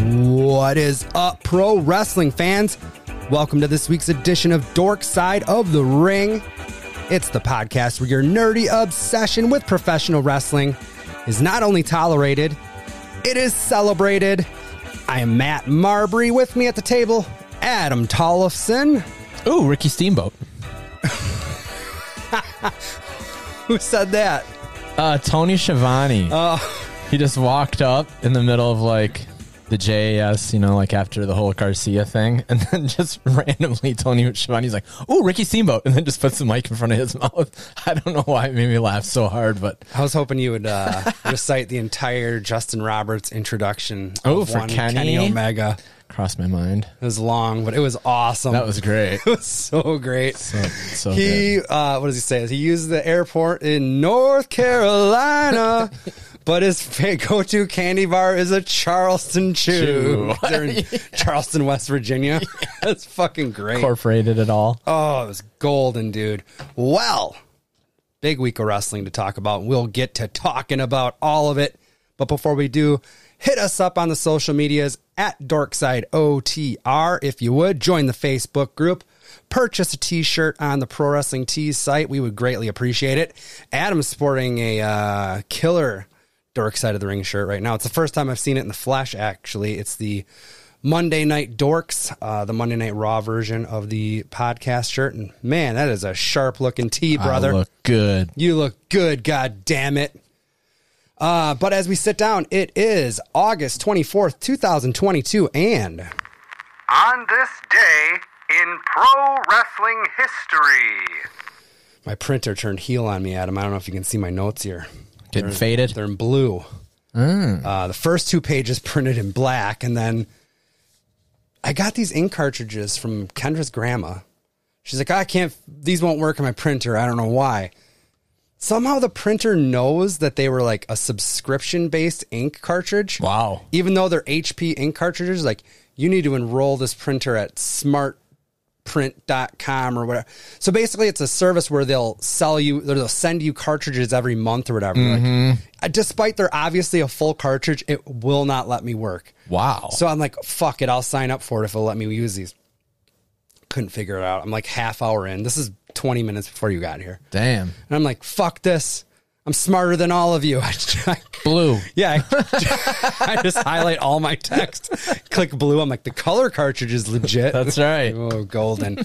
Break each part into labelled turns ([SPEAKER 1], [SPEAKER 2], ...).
[SPEAKER 1] What is up, pro wrestling fans? Welcome to this week's edition of Dork Side of the Ring. It's the podcast where your nerdy obsession with professional wrestling is not only tolerated, it is celebrated. I am Matt Marbury. With me at the table, Adam Tollefson,
[SPEAKER 2] Ooh, Ricky Steamboat.
[SPEAKER 1] who said that. Uh,
[SPEAKER 2] Uh, Tony Schiavone. he just walked up in the middle of like the JAS, you know, like after the whole Garcia thing, and then just randomly Tony Schiavone's like, "Ooh, Ricky Steamboat," and then just puts the mic in front of his mouth. I don't know why it made me laugh so hard, but
[SPEAKER 1] I was hoping you would uh, recite the entire Justin Roberts introduction. of
[SPEAKER 2] Oh, for
[SPEAKER 1] one
[SPEAKER 2] Kenny?
[SPEAKER 1] Kenny Omega.
[SPEAKER 2] crossed my mind.
[SPEAKER 1] It was long, but it was awesome.
[SPEAKER 2] That was great.
[SPEAKER 1] It was so great.
[SPEAKER 2] So, so good.
[SPEAKER 1] he uh, what does he say? He used the airport in North Carolina, but his fa- go-to candy bar is a Charleston Chew.
[SPEAKER 2] Chew.
[SPEAKER 1] They're in Charleston, West Virginia. That's fucking great.
[SPEAKER 2] incorporated it all.
[SPEAKER 1] Oh, it was golden, dude. Well, big week of wrestling to talk about. We'll get to talking about all of it. But before we do, hit us up on the social medias at Dorkside OTR if you would. Join the Facebook group. Purchase a t shirt on the Pro Wrestling Tees site. We would greatly appreciate it. Adam's sporting a uh, killer Dork Side of the Ring shirt right now. It's the first time I've seen it in the flesh, actually. It's the Monday Night Dorks, uh, the Monday Night Raw version of the podcast shirt. And man, that is a sharp looking tee, brother.
[SPEAKER 2] I look good.
[SPEAKER 1] You look good, god damn it. Uh, but as we sit down, it is August 24th, 2022, and
[SPEAKER 3] On this day in pro wrestling history.
[SPEAKER 1] my printer turned heel on me, Adam. I don't know if you can see my notes here.
[SPEAKER 2] Getting faded. Mm.
[SPEAKER 1] They're in blue. Uh, the first two pages printed in black, and then I got these ink cartridges from Kendra's grandma. She's like, I can't, these won't work on my printer. I don't know why. Somehow the printer knows that they were like a subscription based ink cartridge.
[SPEAKER 2] Wow.
[SPEAKER 1] Even though they're HP ink cartridges, like you need to enroll this printer at smartprint.com or whatever. So basically, it's a service where they'll sell you, they'll send you cartridges every month or whatever. Like, uh, despite they're obviously a full cartridge, it will not let me work.
[SPEAKER 2] Wow.
[SPEAKER 1] So I'm like, fuck it, I'll sign up for it if it'll let me use these. Couldn't figure it out. I'm like half hour in. This is 20 minutes before you got here.
[SPEAKER 2] Damn.
[SPEAKER 1] And I'm like, fuck this. I'm smarter than all of you. I,
[SPEAKER 2] Blue.
[SPEAKER 1] yeah, I, I just highlight all my text, click blue. I'm like, the color cartridge is legit.
[SPEAKER 2] That's right.
[SPEAKER 1] Oh, golden.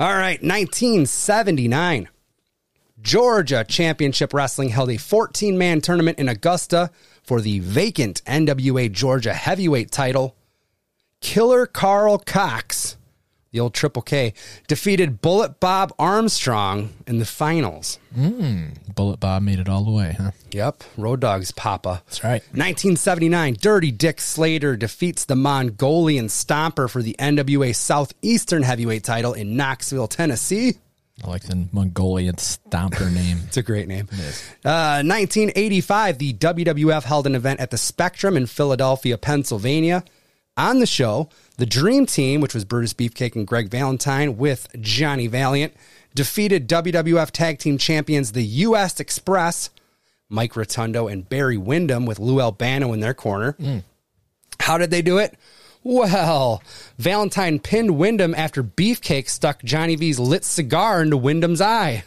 [SPEAKER 1] All right, 1979. Georgia Championship Wrestling held a 14 man tournament in Augusta for the vacant NWA Georgia heavyweight title. Killer Carl Cox, the old Triple K, defeated Bullet Bob Armstrong in the finals.
[SPEAKER 2] Bullet Bob made it all the way, huh?
[SPEAKER 1] Yep, Road Dog's Papa.
[SPEAKER 2] That's right.
[SPEAKER 1] 1979, Dirty Dick Slater defeats the Mongolian Stomper for the NWA Southeastern Heavyweight title in Knoxville, Tennessee.
[SPEAKER 2] I like the Mongolian stomper name.
[SPEAKER 1] It's a great name. Uh, 1985, the WWF held an event at the Spectrum in Philadelphia, Pennsylvania. On the show, the Dream Team, which was Brutus Beefcake and Greg Valentine with Johnny Valiant, defeated WWF Tag Team Champions the U.S. Express, Mike Rotundo and Barry Windham with Lou Albano in their corner. How did they do it? Well, Valentine pinned Wyndham after Beefcake stuck Johnny V's lit cigar into Wyndham's eye.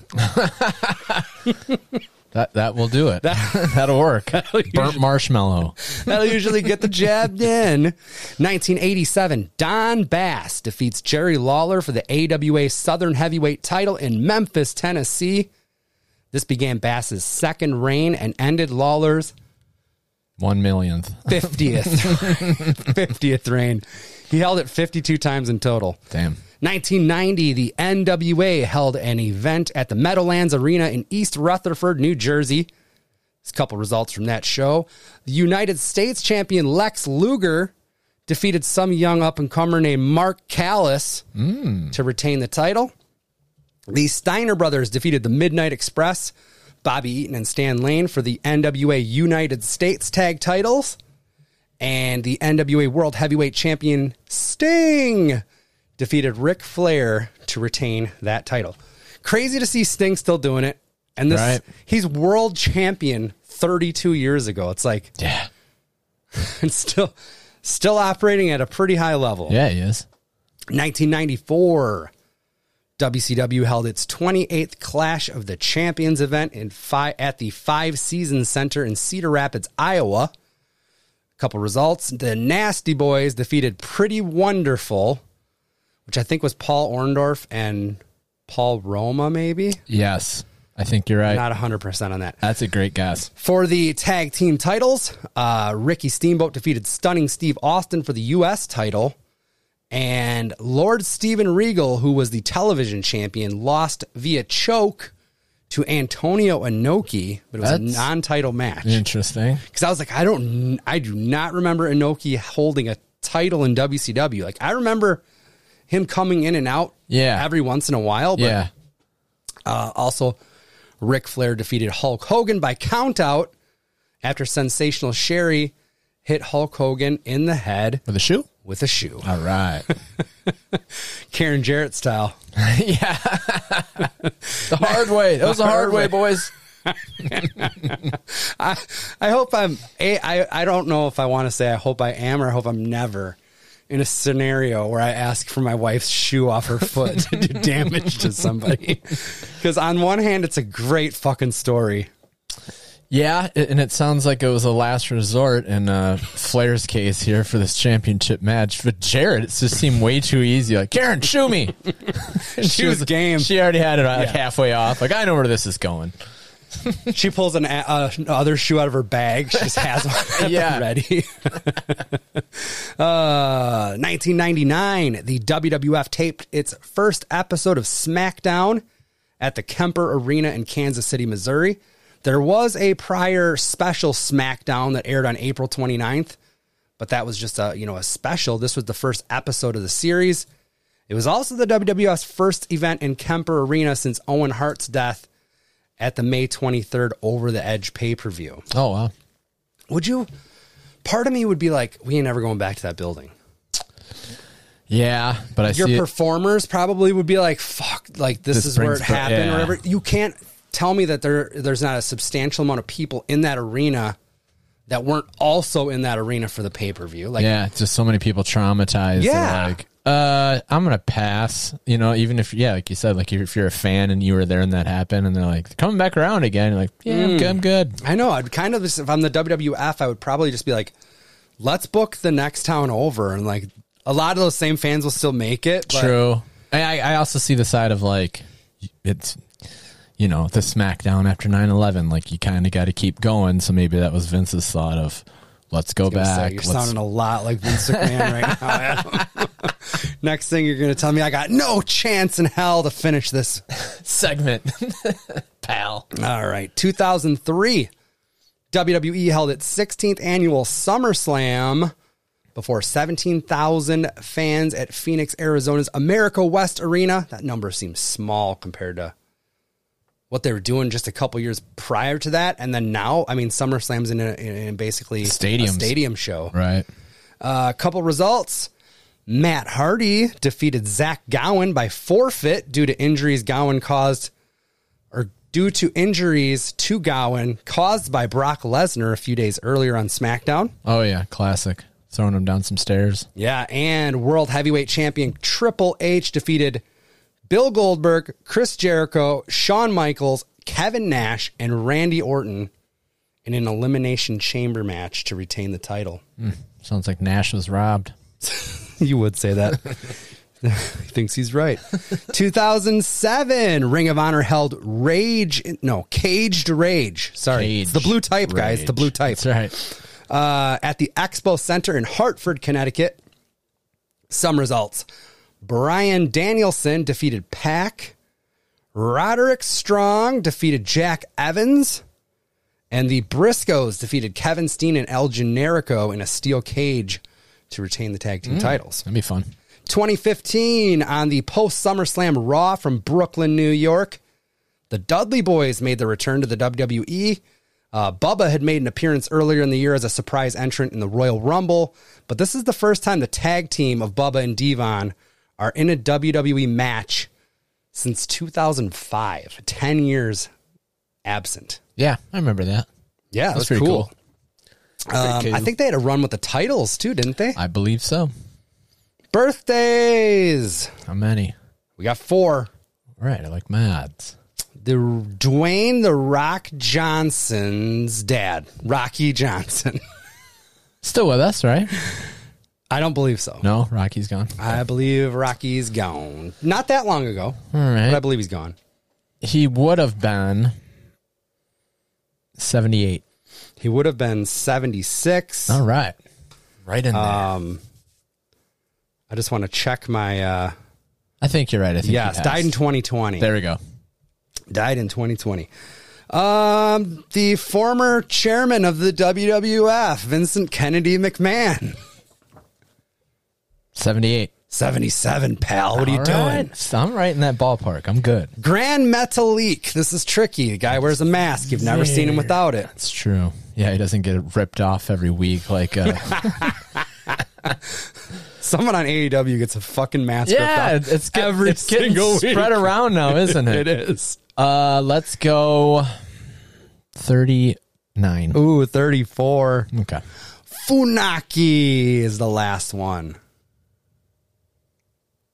[SPEAKER 2] That that will do it. That, will work. Burnt marshmallow.
[SPEAKER 1] That'll usually get the jab in. 1987, Don Bass defeats Jerry Lawler for the AWA Southern Heavyweight title in Memphis, Tennessee. This began Bass's second reign and ended Lawler's
[SPEAKER 2] One millionth.
[SPEAKER 1] 50th 50th reign. He held it 52 times in total.
[SPEAKER 2] Damn.
[SPEAKER 1] 1990, the NWA held an event at the Meadowlands Arena in East Rutherford, New Jersey. There's a couple results from that show. The United States champion Lex Luger defeated some young up and comer named Mark Callis to retain the title. The Steiner brothers defeated the Midnight Express, Bobby Eaton and Stan Lane for the NWA United States tag titles. And the NWA World Heavyweight Champion Sting defeated Ric Flair to retain that title. Crazy to see Sting still doing it. And this
[SPEAKER 2] Right.
[SPEAKER 1] he's world champion 32 years ago. It's like
[SPEAKER 2] Yeah.
[SPEAKER 1] and still still operating at a pretty high level.
[SPEAKER 2] Yeah, he is.
[SPEAKER 1] 1994, WCW held its 28th Clash of the Champions event in fi- at the Five Seasons Center in Cedar Rapids, Iowa. Couple results: the Nasty Boys defeated Pretty Wonderful, which I think was Paul Orndorff and Paul Roma, maybe
[SPEAKER 2] Yes. I think you're right.
[SPEAKER 1] not 100 percent on that.
[SPEAKER 2] That's a great guess.
[SPEAKER 1] For the tag team titles, uh, Ricky Steamboat defeated Stunning Steve Austin for the U.S. title, and Lord Steven Regal, who was the television champion, lost via choke to Antonio Inoki, but it was
[SPEAKER 2] That's-
[SPEAKER 1] a non-title match. Because
[SPEAKER 2] Interesting.
[SPEAKER 1] I was like, I don't, I do not remember Inoki holding a title in WCW. Like I remember him coming in and out,
[SPEAKER 2] Yeah.
[SPEAKER 1] every once in a while, but
[SPEAKER 2] Yeah.
[SPEAKER 1] uh, also, Ric Flair defeated Hulk Hogan by countout after Sensational Sherry hit Hulk Hogan in the head
[SPEAKER 2] With a shoe?
[SPEAKER 1] with a shoe,
[SPEAKER 2] All right.
[SPEAKER 1] Karen Jarrett style.
[SPEAKER 2] yeah. the hard way. That was the hard
[SPEAKER 1] Hard
[SPEAKER 2] way,
[SPEAKER 1] way.
[SPEAKER 2] boys.
[SPEAKER 1] I, I hope I'm. A, I I don't know if I want to say I hope I am or I hope I'm never in a scenario where I ask for my wife's shoe off her foot to do damage to somebody. Because on one hand, it's a great fucking story.
[SPEAKER 2] Yeah, it- and it sounds like it was a last resort in uh, Flair's case here for this championship match. But Jared, it just seemed way too easy. Like, Karen, shoe me. she,
[SPEAKER 1] was game.
[SPEAKER 2] She already had it like
[SPEAKER 1] Yeah.
[SPEAKER 2] halfway off. Like, I know where this is going.
[SPEAKER 1] She pulls an a- uh, other shoe out of her bag. She just has one
[SPEAKER 2] Yeah.
[SPEAKER 1] ready. uh, 1999, the WWF taped its first episode of SmackDown at the Kemper Arena in Kansas City, Missouri. There was a prior special SmackDown that aired on April 29th, but that was just a you know a special. This was the first episode of the series. It was also the WWF's first event in Kemper Arena since Owen Hart's death at the May 23rd Over the Edge pay per view.
[SPEAKER 2] Oh, wow.
[SPEAKER 1] Would you? Part of me would be like, we ain't ever going back to that building.
[SPEAKER 2] Yeah, but I
[SPEAKER 1] Your
[SPEAKER 2] see it.
[SPEAKER 1] performers probably would be like, fuck, like this,
[SPEAKER 2] This
[SPEAKER 1] is where it
[SPEAKER 2] brings back-
[SPEAKER 1] happened
[SPEAKER 2] yeah.
[SPEAKER 1] or whatever. You can't tell me that there there's not a substantial amount of people in that arena that weren't also in that arena for the pay per view. Like,
[SPEAKER 2] Yeah, just so many people traumatized. They're
[SPEAKER 1] Yeah.
[SPEAKER 2] Like, uh, I'm gonna pass. You know, even if yeah, like you said, like if you're a fan and you were there and that happened, and they're like coming back around again, you're like yeah,
[SPEAKER 1] Mm.
[SPEAKER 2] I'm good, I'm good.
[SPEAKER 1] I know. I'd kind of, just- if I'm the WWF, I would probably just be like, let's book the next town over. And like, a lot of those same fans will still make it. but-
[SPEAKER 2] True. I, I I also see the side of like it's you know the SmackDown after 9/11. Like you kind of got to keep going. So maybe that was Vince's thought of let's go
[SPEAKER 1] gonna say,
[SPEAKER 2] back.
[SPEAKER 1] You're
[SPEAKER 2] let's-
[SPEAKER 1] sounding a lot like Vince McMahon right now. Adam. Next thing you're going to tell me, I got no chance in hell to finish this.
[SPEAKER 2] segment, pal.
[SPEAKER 1] All right, 2003, WWE E held its 16th annual SummerSlam before 17,000 fans at Phoenix, Arizona's America West Arena. That number seems small compared to what they were doing just a couple years prior to that, and then now, I mean, SummerSlam's in, a, in, in basically a
[SPEAKER 2] Stadiums.
[SPEAKER 1] stadium show.
[SPEAKER 2] Right.
[SPEAKER 1] A couple results. Matt Hardy defeated Zach Gowen by forfeit due to injuries Gowen caused, or due to injuries to Gowen caused by Brock Lesnar a few days earlier on SmackDown.
[SPEAKER 2] Oh yeah, classic. Throwing them down some stairs.
[SPEAKER 1] Yeah, and World Heavyweight Champion Triple H defeated Bill Goldberg, Chris Jericho, Shawn Michaels, Kevin Nash, and Randy Orton in an Elimination Chamber match to retain the title.
[SPEAKER 2] Sounds like Nash was robbed.
[SPEAKER 1] you would say that. he thinks he's right. 2007, Ring of Honor held Rage. No, Caged Rage. Sorry. it's the
[SPEAKER 2] Caged
[SPEAKER 1] blue type, guys. The blue
[SPEAKER 2] Rage.
[SPEAKER 1] type.
[SPEAKER 2] That's right.
[SPEAKER 1] Uh, at the Expo Center in Hartford, Connecticut. Some results Brian Danielson defeated Pack. Roderick Strong defeated Jack Evans. And the Briscoes defeated Kevin Steen and El Generico in a steel cage to retain the tag
[SPEAKER 2] Mm.
[SPEAKER 1] team titles.
[SPEAKER 2] That'd be fun.
[SPEAKER 1] 2015 on the post SummerSlam Raw from Brooklyn, New York. The Dudley Boys made their return to the WWE, Uh, Bubba had made an appearance earlier in the year as a surprise entrant in the Royal Rumble, but this is the first time the tag team of Bubba and Devon are in a WWE match since 2005, 10 years absent.
[SPEAKER 2] Yeah, I remember that.
[SPEAKER 1] Yeah,
[SPEAKER 2] That's
[SPEAKER 1] that's,
[SPEAKER 2] pretty
[SPEAKER 1] cool.
[SPEAKER 2] cool. Pretty
[SPEAKER 1] Um,
[SPEAKER 2] cool.
[SPEAKER 1] I think they had a run with the titles too, didn't they?
[SPEAKER 2] I believe so.
[SPEAKER 1] Birthdays.
[SPEAKER 2] How many?
[SPEAKER 1] We got four.
[SPEAKER 2] All right, I like mads.
[SPEAKER 1] The Dwayne the Rock Johnson's dad, Rocky Johnson.
[SPEAKER 2] Still with us, right?
[SPEAKER 1] I don't believe so.
[SPEAKER 2] No, Rocky's gone.
[SPEAKER 1] I believe Rocky's gone. Not that long ago,
[SPEAKER 2] All
[SPEAKER 1] but I
[SPEAKER 2] right.
[SPEAKER 1] believe he's gone.
[SPEAKER 2] He would have been 78.
[SPEAKER 1] He would have been 76.
[SPEAKER 2] All right. Right in there.
[SPEAKER 1] Um, I just want to check my. Uh,
[SPEAKER 2] I think you're right. I think
[SPEAKER 1] yes,
[SPEAKER 2] he passed.
[SPEAKER 1] died in 2020.
[SPEAKER 2] There we go.
[SPEAKER 1] Died in 2020. Um, the former chairman of the WWF, Vincent Kennedy McMahon.
[SPEAKER 2] 78.
[SPEAKER 1] 77, pal. What are you
[SPEAKER 2] All
[SPEAKER 1] doing?
[SPEAKER 2] right. So I'm right in that ballpark. I'm good.
[SPEAKER 1] Grand Metalik. This is tricky. The guy wears a mask. You've never seen him without it.
[SPEAKER 2] It's true. Yeah, he doesn't get ripped off every week like uh,
[SPEAKER 1] Someone on AEW gets a fucking mask.
[SPEAKER 2] Yeah,
[SPEAKER 1] ripped off
[SPEAKER 2] it's get,
[SPEAKER 1] every
[SPEAKER 2] it's getting
[SPEAKER 1] single week.
[SPEAKER 2] spread around now, isn't
[SPEAKER 1] It
[SPEAKER 2] it?
[SPEAKER 1] is.
[SPEAKER 2] Uh, let's go 39.
[SPEAKER 1] Ooh, 34.
[SPEAKER 2] Okay.
[SPEAKER 1] Funaki is the last one.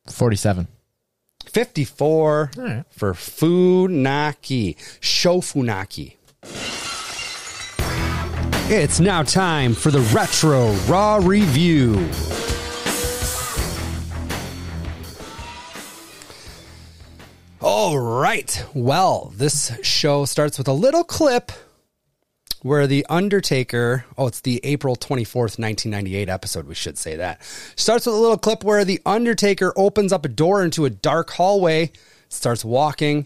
[SPEAKER 2] 47.
[SPEAKER 1] 54
[SPEAKER 2] All right.
[SPEAKER 1] for Funaki. Shofunaki. It's now time for the Retro Raw Review. All right. Well, this show starts with a little clip where The Undertaker, oh, it's the April 24th, 1998 episode, we should say that. Starts with a little clip where The Undertaker opens up a door into a dark hallway, starts walking,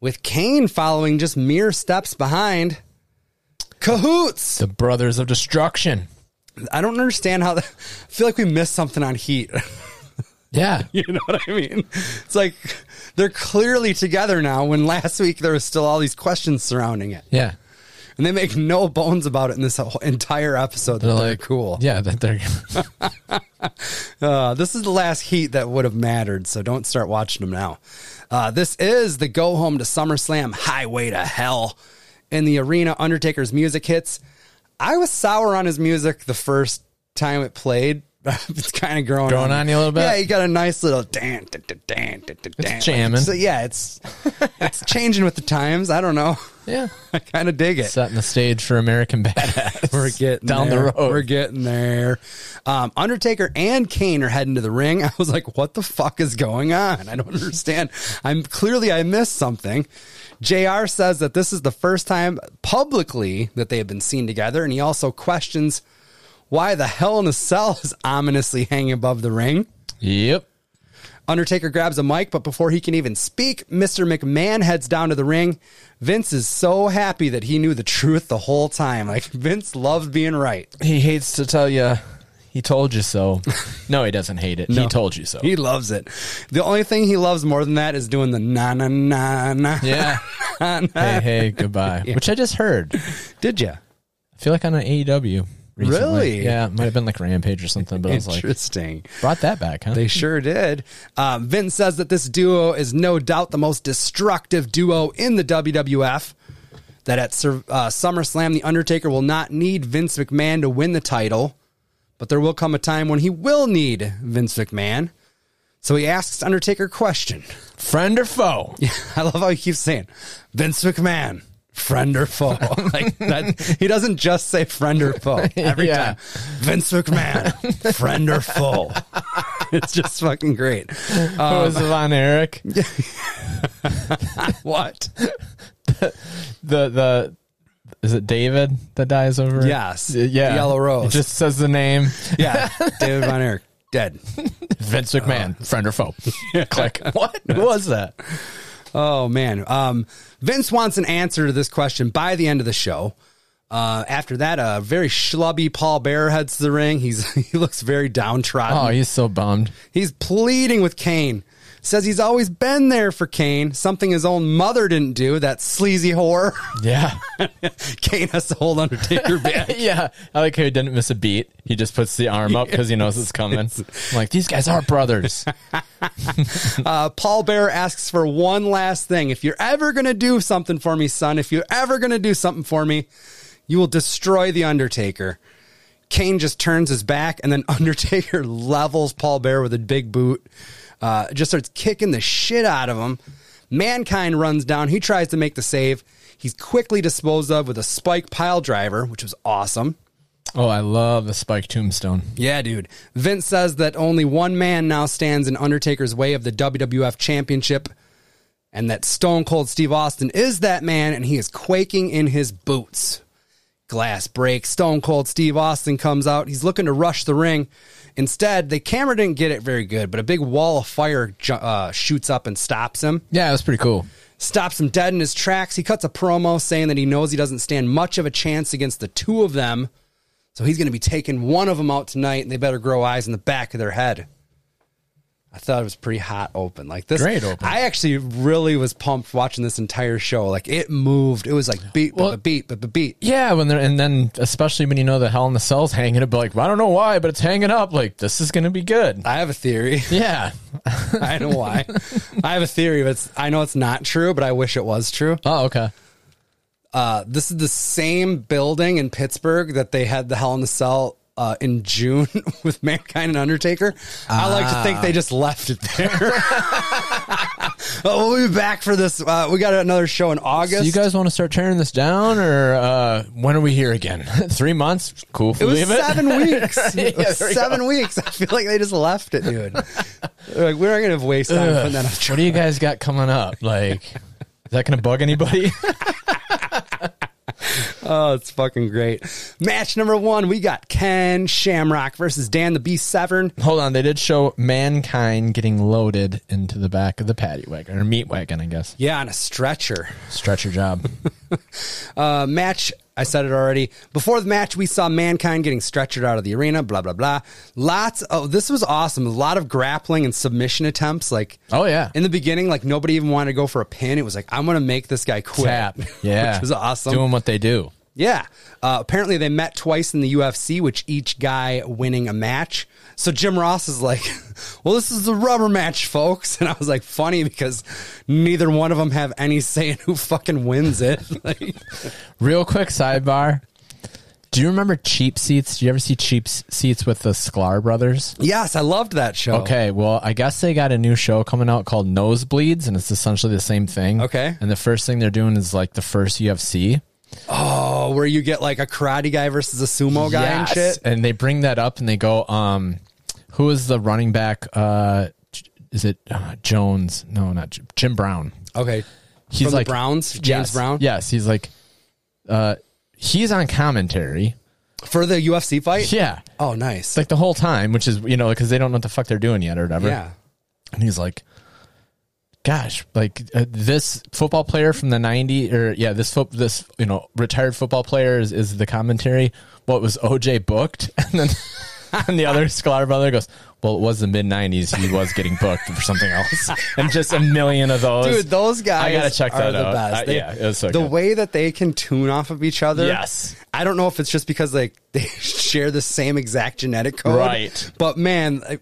[SPEAKER 1] with Kane following just mere steps behind. Cahoots!
[SPEAKER 2] The Brothers of Destruction.
[SPEAKER 1] I don't understand how. The, I feel like we missed something on Heat.
[SPEAKER 2] Yeah.
[SPEAKER 1] you know what I mean? It's like they're clearly together now. When last week there was still all these questions surrounding it,
[SPEAKER 2] Yeah.
[SPEAKER 1] and they make no bones about it in this whole entire episode. That
[SPEAKER 2] They're
[SPEAKER 1] they're
[SPEAKER 2] like
[SPEAKER 1] cool.
[SPEAKER 2] Yeah, that they're
[SPEAKER 1] Uh, this is the last heat that would have mattered, so don't start watching them now. Uh, this is the go home to SummerSlam highway to hell. In the arena, Undertaker's music hits. I was sour on his music the first time it played. it's kind of growing,
[SPEAKER 2] Growing on you a little bit?
[SPEAKER 1] Yeah, you got a nice little dan, dan, dan, dan, dan, dan, dan.
[SPEAKER 2] jamming.
[SPEAKER 1] So yeah, it's it's changing with the times. I don't know.
[SPEAKER 2] Yeah.
[SPEAKER 1] I kind of dig it.
[SPEAKER 2] Setting the stage for American Badass.
[SPEAKER 1] We're getting
[SPEAKER 2] down
[SPEAKER 1] there.
[SPEAKER 2] the road.
[SPEAKER 1] We're getting there. Um, Undertaker and Kane are heading to the ring. I was like, what the fuck is going on? I don't understand. I'm clearly I missed something. JR says that this is the first time publicly that they have been seen together, and he also questions why the hell in a cell is ominously hanging above the ring.
[SPEAKER 2] yep.
[SPEAKER 1] Undertaker grabs a mic, but before he can even speak, Mr. McMahon heads down to the ring. Vince is so happy that he knew the truth the whole time. Like, Vince loved being right.
[SPEAKER 2] He hates to tell you he told you so. No, he doesn't hate it. He told you so.
[SPEAKER 1] He loves it. The only thing he loves more than that is doing the na na na na.
[SPEAKER 2] yeah. hey, hey, goodbye. Which I just heard. I
[SPEAKER 1] Did you?
[SPEAKER 2] feel like on an AEW. Recently.
[SPEAKER 1] Really?
[SPEAKER 2] Yeah, it might have been like Rampage or something, but I was like,
[SPEAKER 1] Interesting.
[SPEAKER 2] brought that back, huh?
[SPEAKER 1] They sure did. Um, Vince says that this duo is no doubt the most destructive duo in the WWF. That at Sur- uh, SummerSlam, The Undertaker will not need Vince McMahon to win the title, but there will come a time when he will need Vince McMahon. So he asks Undertaker a question.
[SPEAKER 2] Friend or foe?
[SPEAKER 1] I love how he keeps saying Vince McMahon, friend or foe. like that, he doesn't just say friend or foe every
[SPEAKER 2] Yeah.
[SPEAKER 1] time. Vince McMahon, friend or foe. It's just fucking great.
[SPEAKER 2] Who was Oh, it on Eric?
[SPEAKER 1] What?
[SPEAKER 2] The the is it David that dies over? it?
[SPEAKER 1] Yes.
[SPEAKER 2] Y- Yeah.
[SPEAKER 1] Yellow Rose.
[SPEAKER 2] It just says the name.
[SPEAKER 1] Yeah, David Von Erich dead.
[SPEAKER 2] Vince McMahon, friend or foe. Click. Uh, What? Who was that?
[SPEAKER 1] Oh man, um, Vince wants an answer to this question by the end of the show. Uh, after that, a very schlubby Paul Bearer heads to the ring. He's he looks very downtrodden.
[SPEAKER 2] Oh, he's so bummed.
[SPEAKER 1] He's pleading with Kane says he's always been there for Kane, something his own mother didn't do, that sleazy whore.
[SPEAKER 2] Yeah.
[SPEAKER 1] Kane has to hold Undertaker back.
[SPEAKER 2] yeah. I like how he didn't miss a beat. He just puts the arm up because he knows it's coming. I'm like, these guys are brothers.
[SPEAKER 1] Uh, Paul Bear asks for one last thing. If you're ever going to do something for me, son, if you're ever going to do something for me, you will destroy The Undertaker. Kane just turns his back, and then Undertaker levels Paul Bear with a big boot, uh, just starts kicking the shit out of him. Mankind runs down. He tries to make the save. He's quickly disposed of with a spike pile driver, which was awesome.
[SPEAKER 2] Oh, I love the spike tombstone.
[SPEAKER 1] Yeah, dude. Vince says that only one man now stands in Undertaker's way of the WWF Championship, and that Stone Cold Steve Austin is that man, and he is quaking in his boots. Glass breaks. Stone Cold Steve Austin comes out. He's looking to rush the ring. Instead, the camera didn't get it very good, but a big wall of fire ju- uh, shoots up and stops him
[SPEAKER 2] Yeah, that's pretty cool.
[SPEAKER 1] stops him dead in his tracks. He cuts a promo saying that he knows he doesn't stand much of a chance against the two of them. So he's going to be taking one of them out tonight, and they better grow eyes in the back of their head. I thought it was pretty hot open. Like this
[SPEAKER 2] Great open.
[SPEAKER 1] I actually really was pumped watching this entire show. Like it moved. It was like beat,
[SPEAKER 2] Well-
[SPEAKER 1] but beat, but beat.
[SPEAKER 2] Yeah, when they're and then especially when you know the Hell in the Cell's hanging up, like I don't know why, but it's hanging up. Like this is gonna be good.
[SPEAKER 1] I have a theory.
[SPEAKER 2] Yeah.
[SPEAKER 1] I don't know why. I have a theory, but it's, I know it's not true, but I wish it was true.
[SPEAKER 2] Oh, okay.
[SPEAKER 1] this is the same building in Pittsburgh that they had the Hell in the Cell uh, in June with Mankind and Undertaker. I like to
[SPEAKER 2] Ah.
[SPEAKER 1] think they just left it there. Well, we'll be back for this. Uh, we got another show in August.
[SPEAKER 2] Do you guys want to start tearing this down, or uh, when are we here again? Three months? Cool.
[SPEAKER 1] it was
[SPEAKER 2] Leave
[SPEAKER 1] seven weeks. It was
[SPEAKER 2] Yeah, there we go.
[SPEAKER 1] seven weeks. I feel like they just left it, dude. They're like, we're not going to waste time putting that on
[SPEAKER 2] What do you guys got coming up? Like, is that gonna bug anybody?
[SPEAKER 1] Oh, it's fucking great. Match number one, we got Ken Shamrock versus Dan the Beast Severn.
[SPEAKER 2] Hold on, they did show mankind getting loaded into the back of the paddy wagon or meat wagon, I guess.
[SPEAKER 1] Yeah, on a stretcher.
[SPEAKER 2] Stretcher job.
[SPEAKER 1] Uh, match, I said it already. Before the match, we saw Mankind getting stretchered out of the arena, blah, blah, blah. Lots of, this was awesome. A lot of grappling and submission attempts. Like,
[SPEAKER 2] Oh yeah.
[SPEAKER 1] in the beginning, like, nobody even wanted to go for a pin. It was like, I'm going to make this guy quit.
[SPEAKER 2] Tap. Yeah.
[SPEAKER 1] Which is awesome.
[SPEAKER 2] Doing what they do.
[SPEAKER 1] Yeah. Uh, apparently, they met twice in the UFC, which each guy winning a match. So Jim Ross is like, "Well, this is the rubber match, folks," and I was like, "Funny because neither one of them have any say in who fucking wins it." Like,
[SPEAKER 2] Real quick sidebar. Do you remember cheap seats? Do you ever see cheap S- seats with the Sklar brothers?
[SPEAKER 1] yes, I loved that show.
[SPEAKER 2] Okay, well, I guess they got a new show coming out called Nosebleeds, and it's essentially the same thing.
[SPEAKER 1] Okay.
[SPEAKER 2] And the first thing they're doing is like the first UFC
[SPEAKER 1] Oh, where you get like a karate guy versus a sumo guy and shit.
[SPEAKER 2] and they bring that up and they go, um, who is the running back? Uh, J- is it uh, Jones? No, not J- Jim Brown.
[SPEAKER 1] Okay.
[SPEAKER 2] He's
[SPEAKER 1] From the
[SPEAKER 2] like
[SPEAKER 1] Browns, James
[SPEAKER 2] Yes,
[SPEAKER 1] Brown
[SPEAKER 2] Yes, he's like, uh, he's on commentary.
[SPEAKER 1] for the UFC fight.
[SPEAKER 2] Yeah.
[SPEAKER 1] Oh, nice.
[SPEAKER 2] like the whole time, which is you know because they don't know what the fuck they're doing yet or whatever.
[SPEAKER 1] yeah.
[SPEAKER 2] and he's like, "Gosh, like uh, this football player from the '90s, or yeah, this fo- this you know retired football player is, is the commentary. What was OJ booked?" And then and the other Scholar brother goes, "Well, it was the mid '90s. He was getting booked for something else, and just a million of those."
[SPEAKER 1] Dude, those guys
[SPEAKER 2] I gotta check
[SPEAKER 1] are
[SPEAKER 2] that
[SPEAKER 1] the
[SPEAKER 2] out.
[SPEAKER 1] best.
[SPEAKER 2] Uh,
[SPEAKER 1] They-
[SPEAKER 2] yeah, it was so
[SPEAKER 1] the
[SPEAKER 2] good.
[SPEAKER 1] way that they can tune off of each other.
[SPEAKER 2] Yes.
[SPEAKER 1] I don't know if it's just because like they share the same exact genetic code.
[SPEAKER 2] Right.
[SPEAKER 1] But man, I-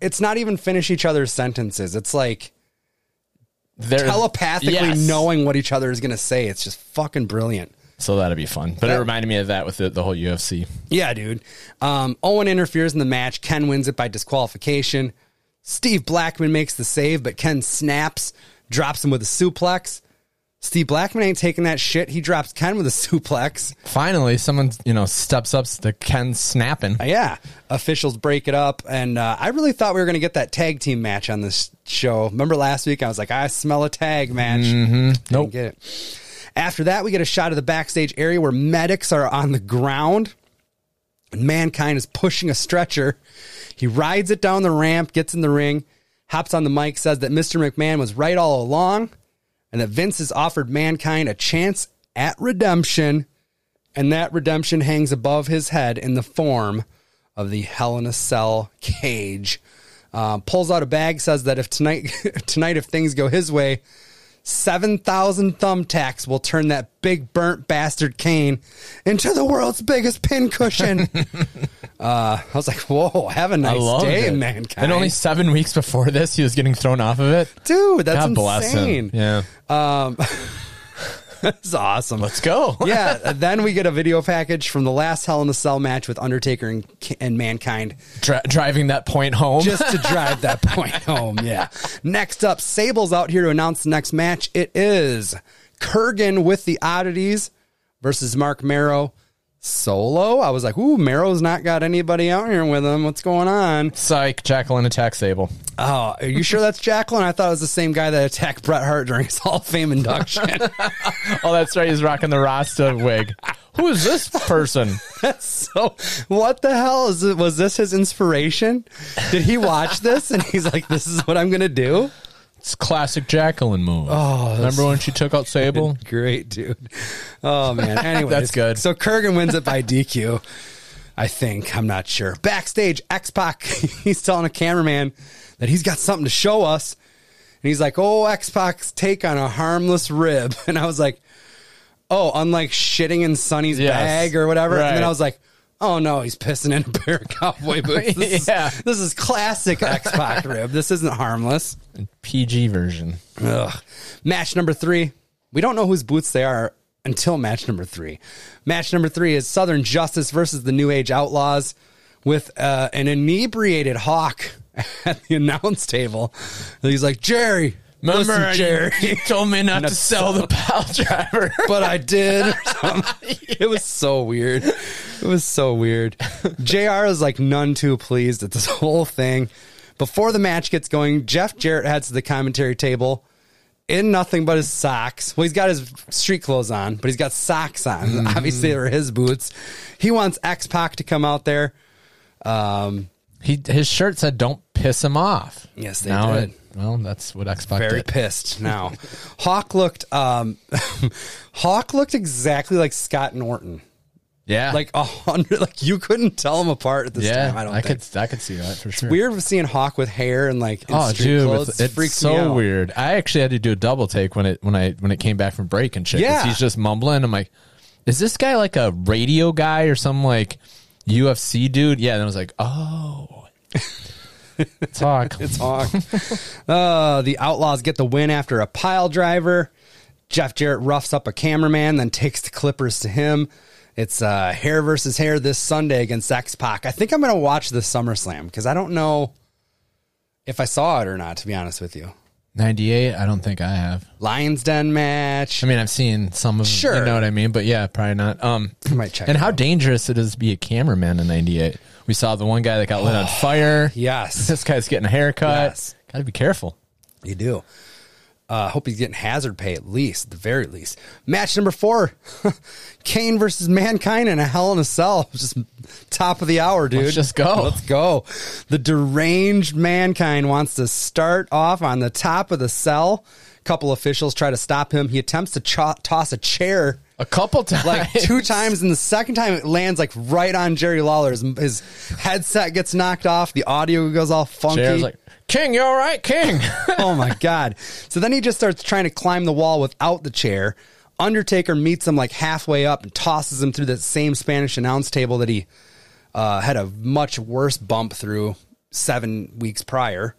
[SPEAKER 1] it's not even finish each other's sentences. It's like
[SPEAKER 2] They're-
[SPEAKER 1] telepathically
[SPEAKER 2] Yes.
[SPEAKER 1] knowing what each other is going to say. It's just fucking brilliant.
[SPEAKER 2] So that'd be fun. But
[SPEAKER 1] That-
[SPEAKER 2] it reminded me of that with the, the whole UFC.
[SPEAKER 1] Yeah, dude. Um, Owen interferes in the match. Ken wins it by disqualification. Steve Blackman makes the save, but Ken snaps, drops him with a suplex. Steve Blackman ain't taking that shit. He drops Ken with a suplex.
[SPEAKER 2] Finally, someone you know steps up. The Ken snapping.
[SPEAKER 1] Uh, yeah, officials break it up, and uh, I really thought we were going to get that tag team match on this show. Remember last week? I was like, I smell a tag match.
[SPEAKER 2] Nope.
[SPEAKER 1] Get it. After that, we get a shot of the backstage area where medics are on the ground. And mankind is pushing a stretcher. He rides it down the ramp, gets in the ring, hops on the mic, says that Mr. McMahon was right all along, and that Vince has offered mankind a chance at redemption, and that redemption hangs above his head in the form of the Hell in a Cell cage. Um, pulls out a bag, says that if tonight, tonight if things go his way, seven thousand thumbtacks will turn that big burnt bastard cane into the world's biggest pincushion. uh, I was like, "Whoa, have a
[SPEAKER 2] I
[SPEAKER 1] nice
[SPEAKER 2] love
[SPEAKER 1] day,
[SPEAKER 2] it.
[SPEAKER 1] mankind!"
[SPEAKER 2] And only seven weeks before this, he was getting thrown off of it.
[SPEAKER 1] dude, that's
[SPEAKER 2] God
[SPEAKER 1] insane.
[SPEAKER 2] bless him. Yeah,
[SPEAKER 1] That's awesome.
[SPEAKER 2] let's go.
[SPEAKER 1] yeah, uh, then we get a video package from the last Hell in a Cell match with Undertaker and, and Mankind
[SPEAKER 2] Dri- driving that point home.
[SPEAKER 1] just to drive that point home. Yeah. Next up, Sable's out here to announce the next match. It is Kurgan with the Oddities versus Mark Marrow solo. I was like, ooh, Marrow's not got anybody out here with him. What's going on?
[SPEAKER 2] Psych, Jacqueline attacks Sable.
[SPEAKER 1] Oh, are you sure that's Jacqueline? I thought it was the same guy that attacked Bret Hart during his Hall of Fame induction.
[SPEAKER 2] Oh, that's right. He's rocking the Rasta wig. Who is this person?
[SPEAKER 1] so what the hell is it? Was this his inspiration? Did he watch this and he's like, this is what I'm going to do?
[SPEAKER 2] It's classic Jacqueline move. Oh, remember when she took out Sable?
[SPEAKER 1] Great, dude. Oh man. Anyways,
[SPEAKER 2] That's good.
[SPEAKER 1] So Kurgan wins it by DQ. I think I'm not sure. Backstage, X Pac. He's telling a cameraman that he's got something to show us, and he's like, "Oh, X Pac's take on a harmless rib," and I was like, "Oh, unlike shitting in Sonny's
[SPEAKER 2] Yes.
[SPEAKER 1] bag or whatever." And then
[SPEAKER 2] Right.
[SPEAKER 1] I was like. Oh no, he's pissing in a pair of cowboy boots. This
[SPEAKER 2] Yeah.
[SPEAKER 1] is, this is classic X Pac rib. This isn't harmless.
[SPEAKER 2] PG version.
[SPEAKER 1] Ugh. Match number three. We don't know whose boots they are until match number three. Match number three is Southern Justice versus the New Age Outlaws with uh, an inebriated hawk at the announce table. And he's like, Jerry,
[SPEAKER 2] Remember,
[SPEAKER 1] listen,
[SPEAKER 2] you-
[SPEAKER 1] Jerry.
[SPEAKER 2] you told me not to sell the pile driver.
[SPEAKER 1] But I did. or something. It was so weird. It was so weird. JR is like none too pleased at this whole thing. Before the match gets going, Jeff Jarrett heads to the commentary table in nothing but his socks. Well, he's got his street clothes on, but he's got socks on. Obviously, they're his boots. He wants X Pac to come out there. Um,
[SPEAKER 2] He his shirt said, "Don't piss him off."
[SPEAKER 1] Yes, they
[SPEAKER 2] now
[SPEAKER 1] did.
[SPEAKER 2] It, well, that's what Xbox
[SPEAKER 1] very
[SPEAKER 2] did.
[SPEAKER 1] pissed now. Hawk looked. Um, Hawk looked exactly like Scott Norton.
[SPEAKER 2] yeah,
[SPEAKER 1] Like a hundred. Like you couldn't tell them apart at this
[SPEAKER 2] yeah.
[SPEAKER 1] time. I don't. think.
[SPEAKER 2] could I could see that for sure.
[SPEAKER 1] Weird seeing Hawk with hair and like in
[SPEAKER 2] Oh,
[SPEAKER 1] street
[SPEAKER 2] dude,
[SPEAKER 1] clothes.
[SPEAKER 2] it's,
[SPEAKER 1] It
[SPEAKER 2] it's
[SPEAKER 1] freaks me
[SPEAKER 2] so
[SPEAKER 1] out.
[SPEAKER 2] weird. I actually had to do a double take when it when I when it came back from break and shit. 'cause
[SPEAKER 1] Yeah.
[SPEAKER 2] he's just mumbling. I'm like, is this guy like a radio guy or some like UFC dude? Yeah. Then I was like, oh, talk.
[SPEAKER 1] It's Hawk. uh, the Outlaws get the win after a pile driver. Jeff Jarrett roughs up a cameraman, then takes the clippers to him. It's uh, hair versus hair this Sunday against X Pac. I think I'm going to watch the SummerSlam because I don't know if I saw it or not, to be honest with you.
[SPEAKER 2] 98. I don't think I have.
[SPEAKER 1] Lions Den match.
[SPEAKER 2] I mean, I've seen some of.
[SPEAKER 1] Sure.
[SPEAKER 2] You know what I mean? But yeah, probably not. Um,
[SPEAKER 1] I might check
[SPEAKER 2] And
[SPEAKER 1] it
[SPEAKER 2] how dangerous it is to be a cameraman in '98. We saw the one guy that got lit on fire.
[SPEAKER 1] Yes,
[SPEAKER 2] This guy's getting a haircut.
[SPEAKER 1] Yes.
[SPEAKER 2] Got to be careful.
[SPEAKER 1] you do. Uh, hope he's getting hazard pay at least, the very least. Match number four Kane versus Mankind in a Hell in a Cell. Just top of the hour, dude.
[SPEAKER 2] Let's just go.
[SPEAKER 1] Let's go. The deranged mankind wants to start off on the top of the cell. couple officials try to stop him. He attempts to cho- toss a chair
[SPEAKER 2] A couple times,
[SPEAKER 1] like two times, and the second time it lands like right on Jerry Lawler's. His headset gets knocked off. The audio goes all funky.
[SPEAKER 2] Chair's like, King, you all right, King?
[SPEAKER 1] oh my god! So then he just starts trying to climb the wall without the chair. Undertaker meets him like halfway up and tosses him through that same Spanish announce table that he uh, had a much worse bump through seven weeks prior.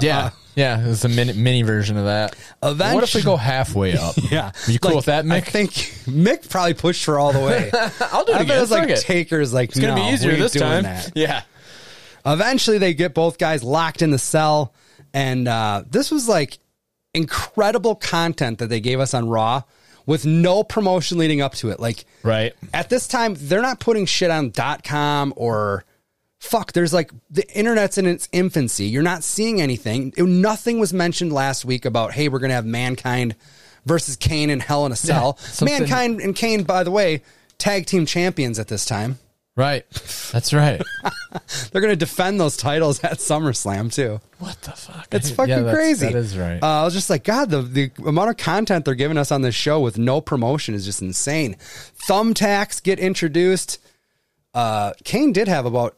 [SPEAKER 2] yeah, yeah. It's a mini, mini version of that.
[SPEAKER 1] Eventu-
[SPEAKER 2] what if we go halfway up?
[SPEAKER 1] Yeah,
[SPEAKER 2] Are you cool
[SPEAKER 1] Like,
[SPEAKER 2] with that, Mick?
[SPEAKER 1] I think Mick probably pushed her all the way.
[SPEAKER 2] I'll do it
[SPEAKER 1] I bet
[SPEAKER 2] again.
[SPEAKER 1] it was like
[SPEAKER 2] Fuck it.
[SPEAKER 1] Taker's like
[SPEAKER 2] it's gonna
[SPEAKER 1] "No,
[SPEAKER 2] be easier
[SPEAKER 1] we ain't
[SPEAKER 2] this
[SPEAKER 1] doing
[SPEAKER 2] time.
[SPEAKER 1] that."
[SPEAKER 2] Yeah,
[SPEAKER 1] Eventually, they get both guys locked in the cell, and uh, this was like incredible content that they gave us on Raw with no promotion leading up to it. Like
[SPEAKER 2] right.
[SPEAKER 1] at this time, they're not putting shit on .com or fuck. There's like the internet's in its infancy. You're not seeing anything. It- nothing was mentioned last week about hey, we're gonna have mankind versus Kane and Hell in a Cell.
[SPEAKER 2] something-
[SPEAKER 1] mankind and Kane, by the way, tag team champions at this time.
[SPEAKER 2] Right, that's right.
[SPEAKER 1] They're gonna defend those titles at SummerSlam too.
[SPEAKER 2] what the fuck?
[SPEAKER 1] It's fucking
[SPEAKER 2] yeah, that's-
[SPEAKER 1] crazy.
[SPEAKER 2] That is right.
[SPEAKER 1] Uh, I was just like, God, the, the amount of content they're giving us on this show with no promotion is just insane. Thumbtacks get introduced. Uh, Kane did have about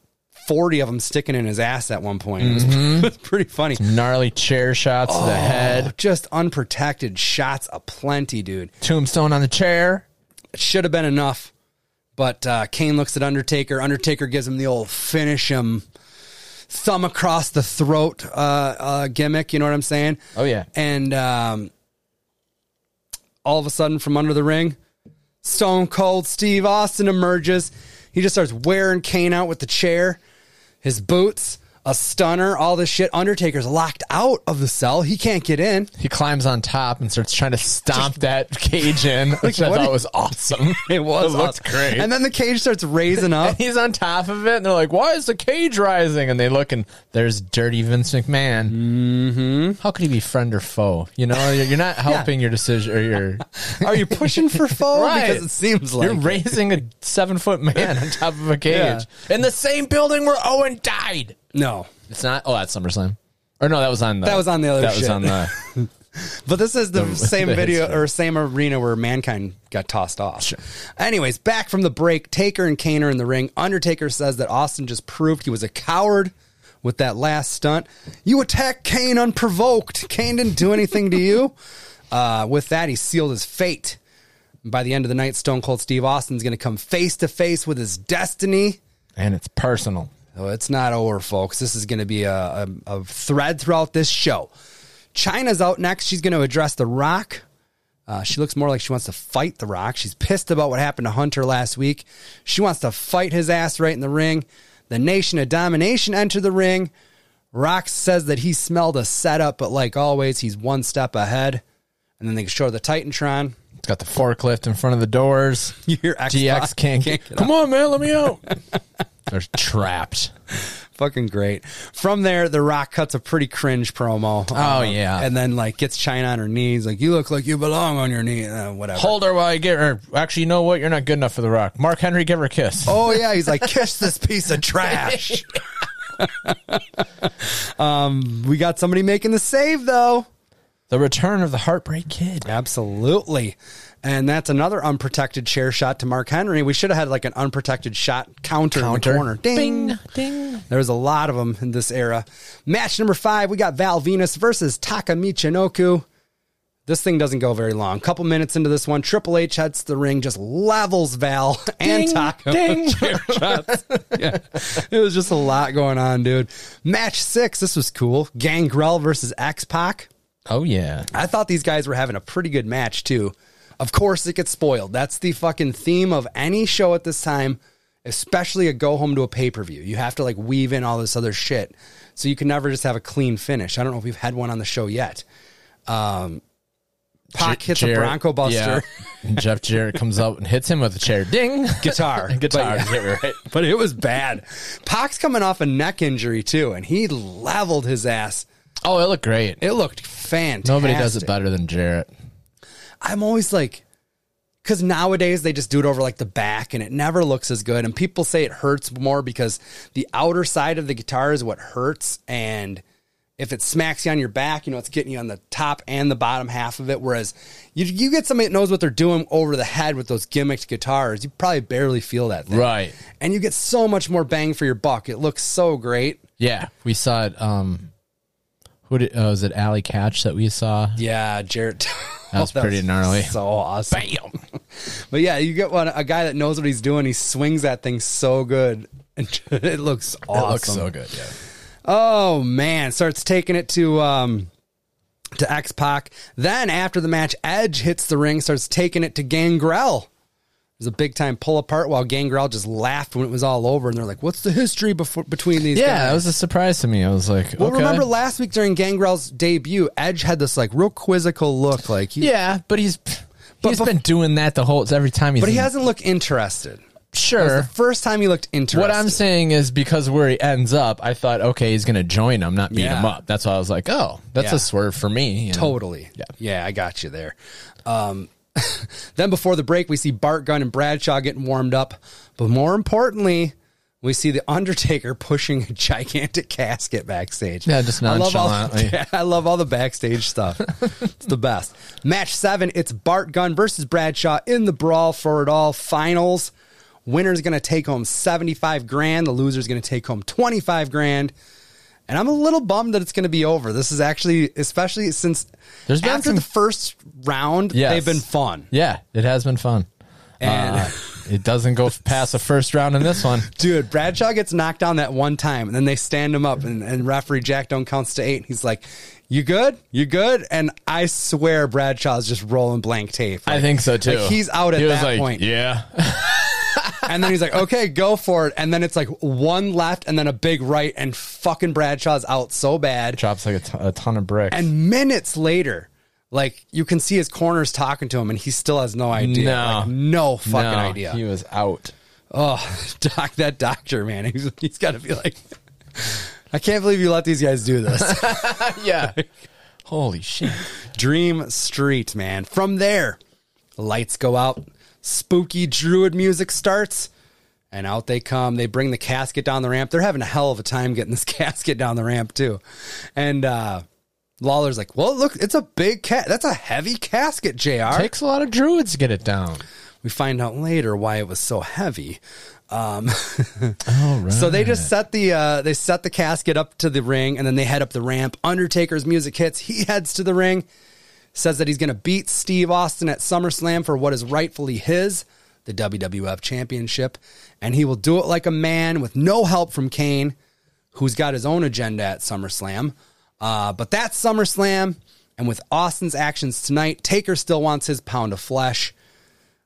[SPEAKER 1] 40 of them sticking in his ass at one point. It was- It
[SPEAKER 2] Mm-hmm.
[SPEAKER 1] was pretty funny.
[SPEAKER 2] Gnarly chair shots
[SPEAKER 1] Oh.
[SPEAKER 2] to the head.
[SPEAKER 1] Just unprotected shots aplenty, dude.
[SPEAKER 2] Tombstone on the chair.
[SPEAKER 1] It should have been enough. But uh, Kane looks at Undertaker. Undertaker gives him the old finish him thumb across the throat uh, uh, gimmick. You know what I'm saying?
[SPEAKER 2] Oh, yeah.
[SPEAKER 1] And um, all of a sudden, from under the ring, Stone Cold Steve Austin emerges. He just starts wearing Kane out with the chair, his boots, a stunner, all this shit. Undertaker's locked out of the cell. He can't get in.
[SPEAKER 2] He climbs on top and starts trying to stomp that cage in, which I
[SPEAKER 1] what
[SPEAKER 2] thought
[SPEAKER 1] is-
[SPEAKER 2] was awesome.
[SPEAKER 1] It was
[SPEAKER 2] It looked
[SPEAKER 1] awesome.
[SPEAKER 2] great.
[SPEAKER 1] And then the cage starts raising up.
[SPEAKER 2] He's on top of it, and they're like, "Why is the cage rising?" And they look, and there's dirty Vince McMahon. Mm-hmm. How could he be friend or foe? You know, you're, you're not helping your decision or your.
[SPEAKER 1] Are you pushing for foe? Because it seems like
[SPEAKER 2] you're
[SPEAKER 1] it.
[SPEAKER 2] raising a seven foot man on top of a cage
[SPEAKER 1] Yeah.
[SPEAKER 2] in the same building where Owen died.
[SPEAKER 1] no.
[SPEAKER 2] It's not. Oh, that's SummerSlam. Or no, that was on the.
[SPEAKER 1] That was on the other
[SPEAKER 2] That was
[SPEAKER 1] shit.
[SPEAKER 2] on the.
[SPEAKER 1] But this is the, same
[SPEAKER 2] the
[SPEAKER 1] video
[SPEAKER 2] history.
[SPEAKER 1] or same arena where mankind got tossed off. Anyways, back from the break, Taker and Kane are in the ring. Undertaker says that Austin just proved he was a coward with that last stunt. You attacked Kane unprovoked. Kane didn't do anything to you. Uh, with that, he sealed his fate. By the end of the night, Stone Cold Steve Austin's going to come face to face with his destiny.
[SPEAKER 2] and it's personal.
[SPEAKER 1] Oh, it's not over, folks. This is going to be a, a, a thread throughout this show. China's out next. She's going to address The Rock. Uh, she looks more like she wants to fight The Rock. She's pissed about what happened to Hunter last week. She wants to fight his ass right in the ring. The Nation of Domination enter the ring. Rock says that he smelled a setup, but like always, he's one step ahead. And then they show the Titantron.
[SPEAKER 2] It's got the forklift in front of the doors.
[SPEAKER 1] You hear
[SPEAKER 2] DX can't,
[SPEAKER 1] get
[SPEAKER 2] get. Come on, man, let me out. They're trapped.
[SPEAKER 1] Fucking great. From there, The Rock cuts a pretty cringe promo. Um,
[SPEAKER 2] Oh, yeah.
[SPEAKER 1] and then like gets China on her knees, like you look like you belong on your knee, uh, whatever.
[SPEAKER 2] Hold her while I get her. Actually, you know what? You're not good enough for The Rock. Mark Henry, give her a kiss.
[SPEAKER 1] Oh yeah, he's like kiss this piece of trash. um, we got somebody making the save though.
[SPEAKER 2] The return of the Heartbreak Kid.
[SPEAKER 1] Absolutely. And that's another unprotected chair shot to Mark Henry. We should have had like an unprotected shot counter,
[SPEAKER 2] Counter.
[SPEAKER 1] in the corner. Ding.
[SPEAKER 2] Ding, ding.
[SPEAKER 1] There was a lot of them in this era. Match number five, we got Val Venus versus Taka Michinoku. This thing doesn't go very long. Couple minutes into this one, Triple H hits the ring, just levels Val and
[SPEAKER 2] Ding,
[SPEAKER 1] Taka.
[SPEAKER 2] ding.
[SPEAKER 1] with chair shots. yeah. It was just a lot going on, dude. Match six, this was cool. Gangrel versus X Pac.
[SPEAKER 2] Oh yeah.
[SPEAKER 1] I thought these guys were having a pretty good match too. Of course, it gets spoiled. That's the fucking theme of any show at this time, especially a go home to a pay per view. You have to like weave in all this other shit, so you can never just have a clean finish. I don't know if we've had one on the show yet. Um, Pac hits a
[SPEAKER 2] Jarrett-
[SPEAKER 1] Bronco Buster
[SPEAKER 2] Yeah. And Jeff Jarrett comes up and hits him with a chair. Ding.
[SPEAKER 1] guitar,
[SPEAKER 2] Guitar.
[SPEAKER 1] But-
[SPEAKER 2] Yeah, right.
[SPEAKER 1] but it was bad. Pac's coming off a neck injury too, and he leveled his ass.
[SPEAKER 2] Oh, it looked great.
[SPEAKER 1] It looked fantastic.
[SPEAKER 2] Nobody does it better than Jarrett.
[SPEAKER 1] I'm always like, because nowadays they just do it over like the back and it never looks as good. And people say it hurts more because the outer side of the guitar is what hurts. And if it smacks you on your back, you know, it's getting you on the top and the bottom half of it. Whereas you, you get somebody that knows what they're doing over the head with those gimmicked guitars, you probably barely feel that thing.
[SPEAKER 2] Right.
[SPEAKER 1] And you get so much more bang for your buck. It looks so great.
[SPEAKER 2] Yeah. We saw it. Um, who did? Uh, was it Alley Catch that we saw?
[SPEAKER 1] Yeah, Jarrett.
[SPEAKER 2] That was pretty gnarly.
[SPEAKER 1] So awesome.
[SPEAKER 2] Bam.
[SPEAKER 1] But yeah, you get one a guy that knows what he's doing. He swings that thing so good, and it looks awesome.
[SPEAKER 2] It looks so good. Yeah.
[SPEAKER 1] Oh man, starts taking it to um to X Pac. Then after the match, Edge hits the ring, starts taking it to Gangrel. It was a big time pull apart while Gangrel just laughed when it was all over, and they're like, "What's the history before between these?"
[SPEAKER 2] Yeah,
[SPEAKER 1] guys?
[SPEAKER 2] that was a surprise to me. I was like,
[SPEAKER 1] Well,
[SPEAKER 2] okay.
[SPEAKER 1] remember last week during Gangrel's debut, Edge had this like real quizzical look, like he,
[SPEAKER 2] yeah, but he's
[SPEAKER 1] But
[SPEAKER 2] he's
[SPEAKER 1] bef-
[SPEAKER 2] been doing that the whole every time he's
[SPEAKER 1] but he
[SPEAKER 2] in-
[SPEAKER 1] hasn't looked interested.
[SPEAKER 2] sure.
[SPEAKER 1] First time he looked interested.
[SPEAKER 2] What I'm saying is because where he ends up, I thought, okay, he's gonna join him, not beat
[SPEAKER 1] Yeah.
[SPEAKER 2] him up. That's why I was like, oh, that's
[SPEAKER 1] Yeah.
[SPEAKER 2] a swerve for me. you know?
[SPEAKER 1] Totally. Yeah. I got you there. Um, then before the break, we see Bart Gunn and Bradshaw getting warmed up. But more importantly, we see The Undertaker pushing a gigantic casket backstage.
[SPEAKER 2] Yeah, just
[SPEAKER 1] I love all-
[SPEAKER 2] nonchalantly.
[SPEAKER 1] Yeah, I love all the backstage stuff. it's the best. Match seven, it's Bart Gunn versus Bradshaw in the brawl for it all finals. Winner's going to take home 75 grand. The loser's going to take home 25 grand. And I'm a little bummed that it's going to be over. This is actually, especially since
[SPEAKER 2] There's been
[SPEAKER 1] after
[SPEAKER 2] some-
[SPEAKER 1] the first round,
[SPEAKER 2] Yes.
[SPEAKER 1] they've been fun.
[SPEAKER 2] Yeah, it has been fun.
[SPEAKER 1] And
[SPEAKER 2] Uh, it doesn't go past the first round in this one.
[SPEAKER 1] Dude, Bradshaw gets knocked down that one time, and then they stand him up, and, and referee Jack Doan counts to eight. And he's like, "You good? You good?" And I swear, Bradshaw's just rolling blank tape.
[SPEAKER 2] I think so too.
[SPEAKER 1] Like, he's out at
[SPEAKER 2] He was
[SPEAKER 1] that
[SPEAKER 2] like,
[SPEAKER 1] point.
[SPEAKER 2] Yeah,
[SPEAKER 1] And then he's like, "Okay, go for it." And then it's like one left, and then a big right, and fucking Bradshaw's out so bad.
[SPEAKER 2] drops like a ton- a ton of bricks.
[SPEAKER 1] And minutes later, like you can see his corners talking to him, and he still has no idea.
[SPEAKER 2] No.
[SPEAKER 1] Like, no
[SPEAKER 2] No,
[SPEAKER 1] fucking idea.
[SPEAKER 2] He was out.
[SPEAKER 1] Oh, doc, that doctor, man, he's, he's got to be like, I can't believe you let these guys do this.
[SPEAKER 2] yeah. Holy shit.
[SPEAKER 1] Dream Street, man. From there, lights go out, spooky druid music starts, and out they come. They bring the casket down the ramp. They're having a hell of a time getting this casket down the ramp, too. And uh, Lawler's like, Well, look, it's a big cat. That's a heavy casket, JR.
[SPEAKER 2] Takes a lot of druids to get it down.
[SPEAKER 1] we find out later why it was so heavy. Um,
[SPEAKER 2] All right.
[SPEAKER 1] So they just set the uh, they set the casket up to the ring, and then they head up the ramp. Undertaker's music hits. He heads to the ring, says that he's going to beat Steve Austin at SummerSlam for what is rightfully his, the WWF Championship, and he will do it like a man with no help from Kane, who's got his own agenda at SummerSlam. Uh, but that's SummerSlam, and with Austin's actions tonight, Taker still wants his pound of flesh.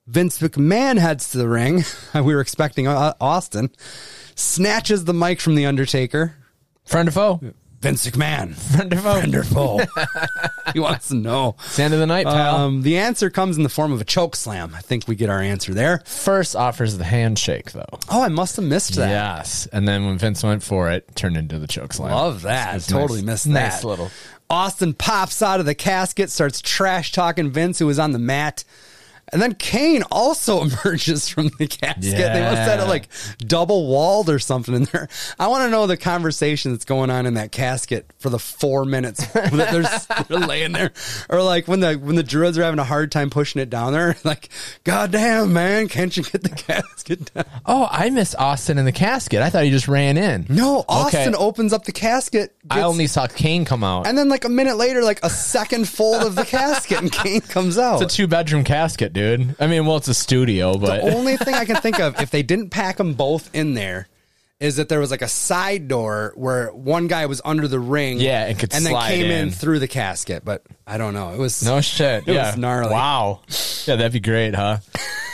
[SPEAKER 1] Vince McMahon heads to the ring. we were expecting uh, Austin. Snatches the mic from The Undertaker.
[SPEAKER 2] friend of foe.
[SPEAKER 1] Vince McMahon.
[SPEAKER 2] Friend of foe.
[SPEAKER 1] Wonderful. he wants to know.
[SPEAKER 2] It's the end of the night, pal.
[SPEAKER 1] Um, the answer comes in the form of a choke slam. I think we get our answer there.
[SPEAKER 2] First offers the handshake though.
[SPEAKER 1] Oh, I must have missed that.
[SPEAKER 2] Yes, and then when Vince went for it, turned into the choke slam.
[SPEAKER 1] Love that.
[SPEAKER 2] It's
[SPEAKER 1] totally missed
[SPEAKER 2] nice-
[SPEAKER 1] that.
[SPEAKER 2] nice little-
[SPEAKER 1] Austin pops out of the casket, starts trash talking Vince, who is on the mat. And then Kane also emerges from the casket. They must have had it
[SPEAKER 2] Yeah.
[SPEAKER 1] like double walled or something in there. I want to know the conversation that's going on in that casket for the four minutes that they're, s- they're laying there, or like when the when the druids are having a hard time pushing it down there. Like, goddamn man, can't you get the casket down?
[SPEAKER 2] Oh, I missed Austin in the casket. I thought he just ran in.
[SPEAKER 1] No,
[SPEAKER 2] Okay.
[SPEAKER 1] Austin opens up the casket.
[SPEAKER 2] I
[SPEAKER 1] gets-
[SPEAKER 2] only saw Kane come out.
[SPEAKER 1] And then like a minute later, like a second fold of the casket and Kane comes out.
[SPEAKER 2] It's a two bedroom casket, dude. I mean, well, it's a studio, but
[SPEAKER 1] Only thing I can think of if they didn't pack them both in there is that there was like a side door where one guy was under the ring,
[SPEAKER 2] Yeah, and could
[SPEAKER 1] and
[SPEAKER 2] slide
[SPEAKER 1] then came in.
[SPEAKER 2] in.
[SPEAKER 1] through the casket. But I don't know. It was
[SPEAKER 2] no shit.
[SPEAKER 1] It
[SPEAKER 2] yeah.
[SPEAKER 1] was gnarly.
[SPEAKER 2] Wow. Yeah, that'd be great, huh?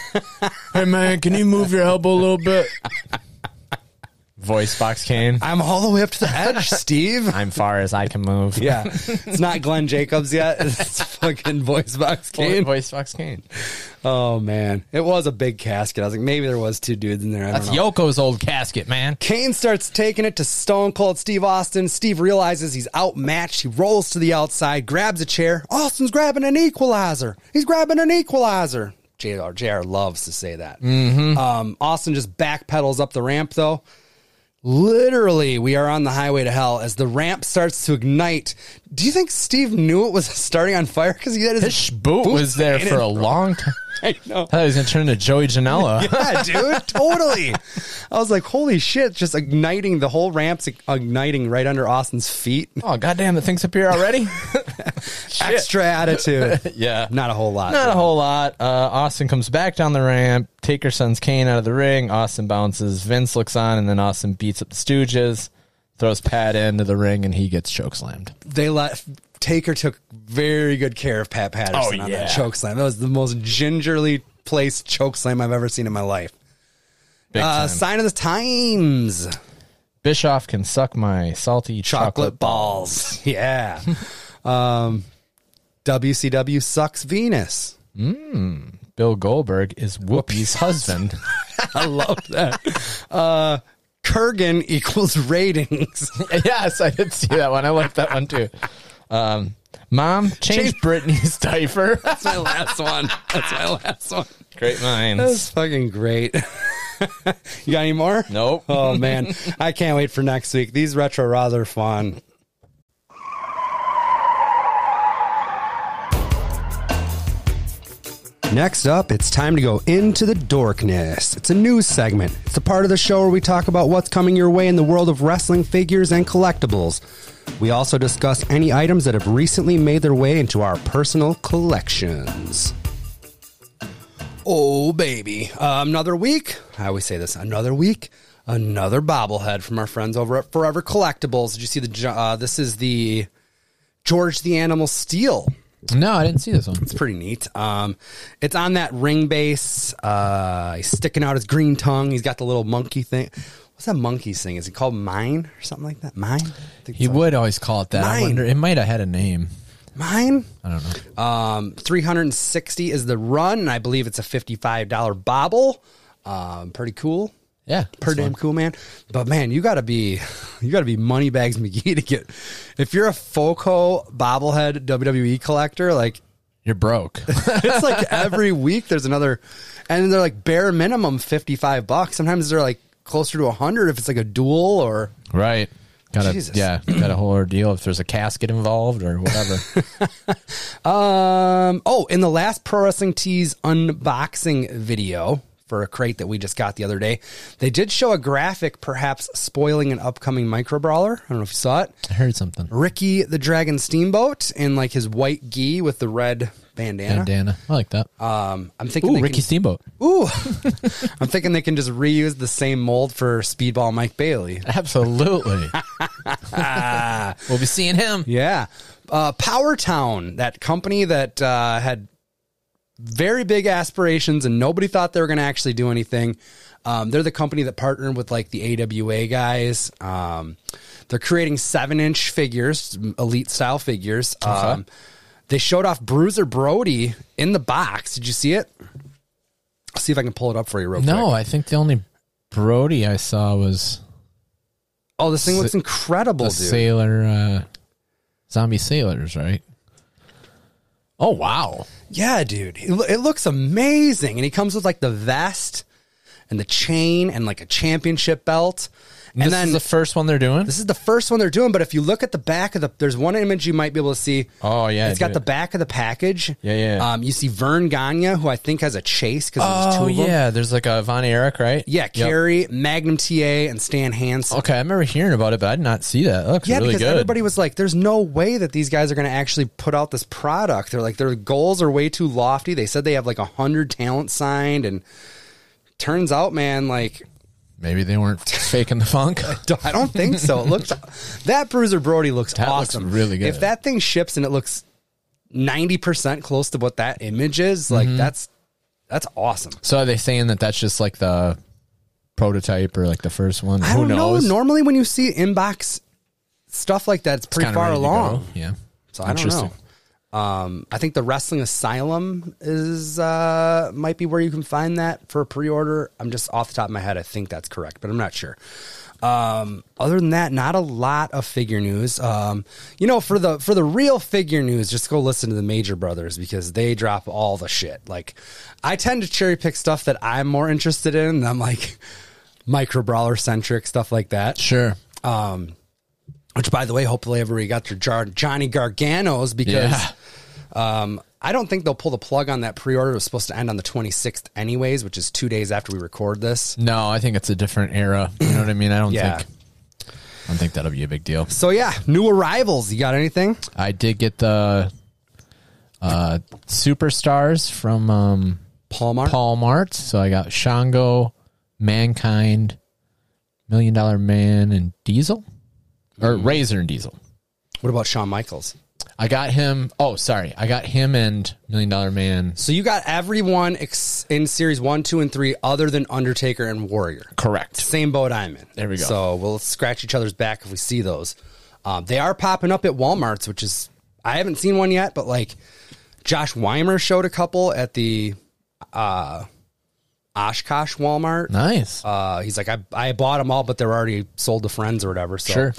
[SPEAKER 2] hey man, can you move your elbow a little bit? Voice box Kane.
[SPEAKER 1] I'm all the way up to the edge, Steve.
[SPEAKER 2] I'm far as I can move.
[SPEAKER 1] yeah, it's not Glenn Jacobs yet. It's fucking voice box Kane.
[SPEAKER 2] Voice box Kane.
[SPEAKER 1] Oh man, it was a big casket. I was like, maybe there was two dudes in there. I don't
[SPEAKER 2] That's
[SPEAKER 1] know.
[SPEAKER 2] Yoko's old casket, man.
[SPEAKER 1] Kane starts taking it to Stone Cold Steve Austin. Steve realizes he's outmatched. He rolls to the outside, grabs a chair. Austin's grabbing an equalizer. He's grabbing an equalizer. JR, JR loves to say that. Um, Austin just backpedals up the ramp, though. Literally, we are on the highway to hell as the ramp starts to ignite. Do you think Steve knew it was starting on fire? Because he had his,
[SPEAKER 2] His sh- boot was there
[SPEAKER 1] in
[SPEAKER 2] for
[SPEAKER 1] it,
[SPEAKER 2] a long time.
[SPEAKER 1] I know.
[SPEAKER 2] I thought he was gonna turn into Joey Janela.
[SPEAKER 1] yeah, dude, totally. I was like, holy shit, just igniting the whole ramps, igniting right under Austin's feet.
[SPEAKER 2] Oh goddamn, the thing's up here already.
[SPEAKER 1] Extra attitude.
[SPEAKER 2] Yeah.
[SPEAKER 1] Not a whole lot.
[SPEAKER 2] Not a whole lot. Uh, Austin comes back down the ramp. Taker sends Kane out of the ring. Austin bounces. Vince looks on, and then Austin beats up the Stooges, throws Pat into the ring, and he gets chokeslammed.
[SPEAKER 1] They let Taker took very good care of Pat Patterson
[SPEAKER 2] Oh,
[SPEAKER 1] on
[SPEAKER 2] yeah.
[SPEAKER 1] that choke slam. That was the most gingerly placed choke slam I've ever seen in my life.
[SPEAKER 2] Big
[SPEAKER 1] Uh,
[SPEAKER 2] time.
[SPEAKER 1] sign of the times.
[SPEAKER 2] Bischoff can suck my salty
[SPEAKER 1] Chocolate
[SPEAKER 2] chocolate,
[SPEAKER 1] balls. Yeah. um, WCW sucks Venus.
[SPEAKER 2] Bill Goldberg is Whoopi's husband.
[SPEAKER 1] I love that. Uh, Kurgan equals ratings.
[SPEAKER 2] yes, I did see that one. I liked that one too. Um, Mom, change
[SPEAKER 1] Change-
[SPEAKER 2] Britney's diaper.
[SPEAKER 1] That's my last one. That's my last one.
[SPEAKER 2] Great minds.
[SPEAKER 1] That's fucking great. you got any more?
[SPEAKER 2] Nope.
[SPEAKER 1] Oh man, I can't wait for next week. These retro raws are fun. Next up, it's time to go into the dorkness. It's a news segment. It's the part of the show where we talk about what's coming your way in the world of wrestling figures and collectibles. We also discuss any items that have recently made their way into our personal collections. Oh, baby. Uh, another week. I always say this another week. Another bobblehead from our friends over at Forever Collectibles. Did you see the? jo- Uh, this is the George the Animal Steel
[SPEAKER 2] No, I didn't see this one.
[SPEAKER 1] it's pretty neat. Um, it's on that ring base. Uh, he's sticking out his green tongue. He's got the little monkey thing. What's that monkey thing? Is it called mine or something like that? Mine? I think
[SPEAKER 2] He
[SPEAKER 1] it's
[SPEAKER 2] would always call it that. I
[SPEAKER 1] Mine.
[SPEAKER 2] wonder it might have had a name.
[SPEAKER 1] like- mine.
[SPEAKER 2] I don't know.
[SPEAKER 1] Um, 360 is the run. and I believe it's a $55 bobble. Um, pretty cool.
[SPEAKER 2] Yeah,
[SPEAKER 1] Pretty damn cool, man. But man, you gotta be, you gotta be moneybags McGee to get. If you're a Foco bobblehead WWE collector, like
[SPEAKER 2] you're broke.
[SPEAKER 1] it's like every week there's another and they're like bare minimum 55 bucks sometimes they're like closer to 100 if it's like a duel or
[SPEAKER 2] right. Got a
[SPEAKER 1] Jesus.
[SPEAKER 2] yeah, got a whole ordeal if there's a casket involved or whatever.
[SPEAKER 1] um oh in the last pro wrestling tees unboxing video for a crate that we just got the other day they did show a graphic perhaps spoiling an upcoming micro brawler i don't know if you saw it
[SPEAKER 2] I heard something.
[SPEAKER 1] ricky the dragon steamboat in like his white gi with the red bandana,
[SPEAKER 2] Bandana. I like that.
[SPEAKER 1] um i'm thinking
[SPEAKER 2] Ooh,
[SPEAKER 1] they
[SPEAKER 2] Ricky
[SPEAKER 1] can-
[SPEAKER 2] Steamboat.
[SPEAKER 1] Ooh, I'm thinking they can just reuse the same mold for Speedball Mike Bailey.
[SPEAKER 2] Absolutely. we'll be seeing him.
[SPEAKER 1] Yeah, uh, Power Town, that company that uh, had very big aspirations and nobody thought they were going to actually do anything. Um, they're the company that partnered with like the AWA guys. Um, they're creating seven inch figures, elite style figures. Um, They showed off Bruiser Brody in the box. Did you see it? I'll see if I can pull it up for you real quick.
[SPEAKER 2] No, I think the only Brody I saw was
[SPEAKER 1] Oh, this thing looks incredible,
[SPEAKER 2] the
[SPEAKER 1] dude.
[SPEAKER 2] sailor, uh, zombie sailors, right? Oh wow!
[SPEAKER 1] Yeah, dude. It, lo- it looks amazing. And he comes with like the vest and the chain and like a championship belt. And,
[SPEAKER 2] this
[SPEAKER 1] then
[SPEAKER 2] is the first one they're doing.
[SPEAKER 1] this is the first one they're doing. But if you look at the back of the, there's one image you might be able to see.
[SPEAKER 2] Oh, yeah,
[SPEAKER 1] It's got
[SPEAKER 2] dude.
[SPEAKER 1] the back of the package.
[SPEAKER 2] Yeah, yeah.
[SPEAKER 1] Um, you see Vern Gagne, who I think has a chase because there's two
[SPEAKER 2] oh
[SPEAKER 1] of them.
[SPEAKER 2] yeah, there's like a Von Eric, right?
[SPEAKER 1] Yeah,
[SPEAKER 2] Yep.
[SPEAKER 1] Kerry, Magnum TA, and Stan Hansen.
[SPEAKER 2] Okay, I remember hearing about it, but I did not see that. That looks
[SPEAKER 1] Yeah,
[SPEAKER 2] really
[SPEAKER 1] because
[SPEAKER 2] good.
[SPEAKER 1] everybody was like, "There's no way that these guys are going to actually put out this product." They're like, their goals are way too lofty. They said they have like a hundred talent signed, and turns out, man, like
[SPEAKER 2] Maybe they weren't faking the funk.
[SPEAKER 1] I don't think so. It looks that Bruiser Brody looks
[SPEAKER 2] That looks
[SPEAKER 1] awesome,
[SPEAKER 2] really good.
[SPEAKER 1] If that thing ships and it looks ninety percent close to what that image is,
[SPEAKER 2] Mm-hmm.
[SPEAKER 1] like that's that's awesome.
[SPEAKER 2] so are they saying that that's just like the prototype or like the first one?
[SPEAKER 1] I
[SPEAKER 2] Who
[SPEAKER 1] don't
[SPEAKER 2] knows?
[SPEAKER 1] know. Normally, when you see inbox stuff like that, it's pretty
[SPEAKER 2] Kinda
[SPEAKER 1] far
[SPEAKER 2] ready to go.
[SPEAKER 1] along.
[SPEAKER 2] Yeah.
[SPEAKER 1] So I don't know. Um, I think the Wrestling Asylum is uh, might be where you can find that for pre-order. I'm just off the top of my head. I think that's correct, but I'm not sure. Um, other than that, not a lot of figure news. Um, you know, for the for the real figure news, just go listen to the Major Brothers because they drop all the shit. Like, I tend to cherry pick stuff that I'm more interested in. And I'm like micro brawler centric stuff like that.
[SPEAKER 2] Sure.
[SPEAKER 1] Which, by the way, hopefully everybody got their Jar- Johnny Garganos because
[SPEAKER 2] Yeah.
[SPEAKER 1] um, I don't think they'll pull the plug on that pre-order. It was supposed to end on the 26th, anyways, which is two days after we record this.
[SPEAKER 2] No, I think it's a different era. You know what I mean? I don't
[SPEAKER 1] Yeah.
[SPEAKER 2] think I don't think that'll be a big deal.
[SPEAKER 1] So yeah, new arrivals. You got anything?
[SPEAKER 2] I did get the uh superstars from um
[SPEAKER 1] Palmar.
[SPEAKER 2] Paul Mart. So I got Shango, Mankind, Million Dollar Man, and Diesel. Or
[SPEAKER 1] Mm.
[SPEAKER 2] Razor and Diesel.
[SPEAKER 1] What about Shawn Michaels?
[SPEAKER 2] I got him oh sorry. I got him and Million Dollar Man
[SPEAKER 1] So you got everyone ex- in series one, two, and three, other than Undertaker and Warrior.
[SPEAKER 2] correct.
[SPEAKER 1] Same boat I'm in.
[SPEAKER 2] There we go.
[SPEAKER 1] So we'll scratch each other's back if we see those. Um, they are popping up at WalMarts, which is I haven't seen one yet, but like Josh Weimer showed a couple at the uh, Oshkosh Walmart.
[SPEAKER 2] Hmm. Nice.
[SPEAKER 1] Uh, he's like, I, I bought them all, but they're already sold to friends or whatever. So,
[SPEAKER 2] Sure.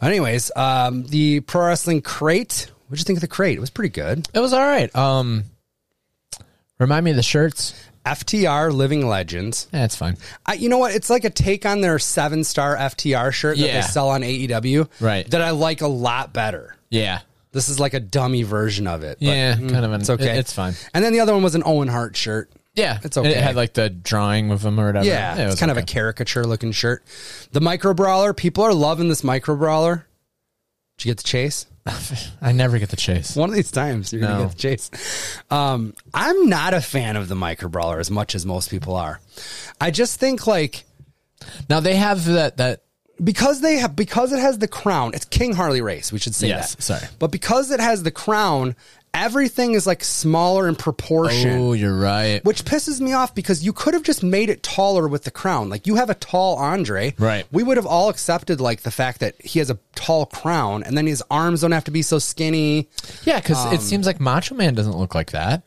[SPEAKER 1] anyways, um, the pro wrestling crate. What'd you think of the crate? It was pretty good.
[SPEAKER 2] it was all right. Um remind me of the shirts.
[SPEAKER 1] FTR Living Legends.
[SPEAKER 2] That's fine.
[SPEAKER 1] I, you know what? It's like a take on their seven star FTR shirt that
[SPEAKER 2] Yeah.
[SPEAKER 1] they sell on E AEW.
[SPEAKER 2] Right.
[SPEAKER 1] That I like a lot better.
[SPEAKER 2] Yeah.
[SPEAKER 1] This is like a dummy version of it. but mm,
[SPEAKER 2] yeah, kind of an.
[SPEAKER 1] It's okay.
[SPEAKER 2] it- it's fine.
[SPEAKER 1] And then the other one was an Owen Hart shirt.
[SPEAKER 2] Yeah,
[SPEAKER 1] It's okay.
[SPEAKER 2] It had like the drawing of him or whatever.
[SPEAKER 1] Yeah,
[SPEAKER 2] it
[SPEAKER 1] it's kind of a caricature looking shirt. The micro brawler, people are loving this micro brawler. Did you get the chase?
[SPEAKER 2] of. I never get the chase.
[SPEAKER 1] One of these times you're gonna
[SPEAKER 2] No.
[SPEAKER 1] get the chase. Um, I'm not a fan of the micro brawler as much as most people are. I just think like
[SPEAKER 2] Now they have that that
[SPEAKER 1] because they have because it has the crown. It's King Harley race. We should say
[SPEAKER 2] Yes,
[SPEAKER 1] that.
[SPEAKER 2] sorry.
[SPEAKER 1] but because it has the crown, everything is like smaller in proportion.
[SPEAKER 2] Oh, you're right.
[SPEAKER 1] Which pisses me off because you could have just made it taller with the crown. Like you have a tall Andre.
[SPEAKER 2] Right.
[SPEAKER 1] We would have all accepted like the fact that he has a tall crown and then his arms don't have to be so skinny.
[SPEAKER 2] Yeah, because
[SPEAKER 1] um,
[SPEAKER 2] it seems like Macho Man doesn't look like that.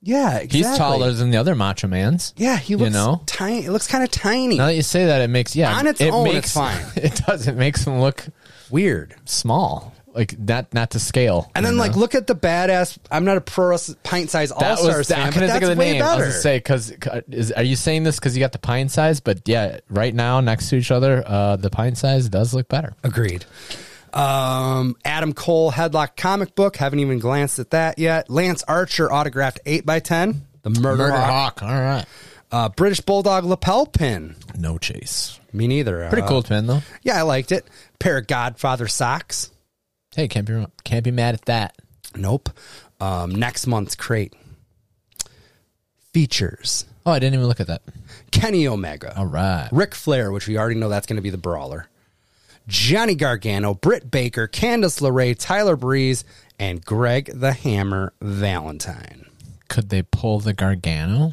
[SPEAKER 1] Yeah, exactly.
[SPEAKER 2] He's taller than the other Macho Mans.
[SPEAKER 1] Yeah, he looks
[SPEAKER 2] know?
[SPEAKER 1] tiny. It looks kind of tiny.
[SPEAKER 2] Now that you say that, it makes yeah
[SPEAKER 1] On its
[SPEAKER 2] it
[SPEAKER 1] own, it's
[SPEAKER 2] makes,
[SPEAKER 1] fine.
[SPEAKER 2] It does. It makes him look
[SPEAKER 1] Weird.
[SPEAKER 2] small, like not not to scale.
[SPEAKER 1] And then like look at the badass. I'm not a pro wrestling pint size all
[SPEAKER 2] that
[SPEAKER 1] star
[SPEAKER 2] was that.
[SPEAKER 1] fan,
[SPEAKER 2] I
[SPEAKER 1] but
[SPEAKER 2] couldn't
[SPEAKER 1] that's
[SPEAKER 2] think of the
[SPEAKER 1] way
[SPEAKER 2] name. I was
[SPEAKER 1] better.
[SPEAKER 2] gonna say because is are you saying this because you got the pine size? But yeah, right now next to each other, uh, the pine size does look better.
[SPEAKER 1] Agreed. Um, Adam Cole headlock comic book. Haven't even glanced at that yet. Lance Archer autographed eight by ten. The murder, Hawk.
[SPEAKER 2] All right.
[SPEAKER 1] Uh, British Bulldog lapel pin.
[SPEAKER 2] No chase.
[SPEAKER 1] Me neither.
[SPEAKER 2] Pretty
[SPEAKER 1] Uh,
[SPEAKER 2] cool pin though.
[SPEAKER 1] Yeah, I liked it. Pair of Godfather socks.
[SPEAKER 2] Hey, can't be wrong- can't be mad at that.
[SPEAKER 1] Nope. Um, next month's crate features
[SPEAKER 2] Oh, I didn't even look at that.
[SPEAKER 1] Kenny Omega,
[SPEAKER 2] All right.
[SPEAKER 1] Ric Flair, which we already know that's going to be the brawler, Johnny Gargano, Britt Baker, Candice LeRae, Tyler Breeze, and Greg the Hammer Valentine.
[SPEAKER 2] Could they pull the Gargano?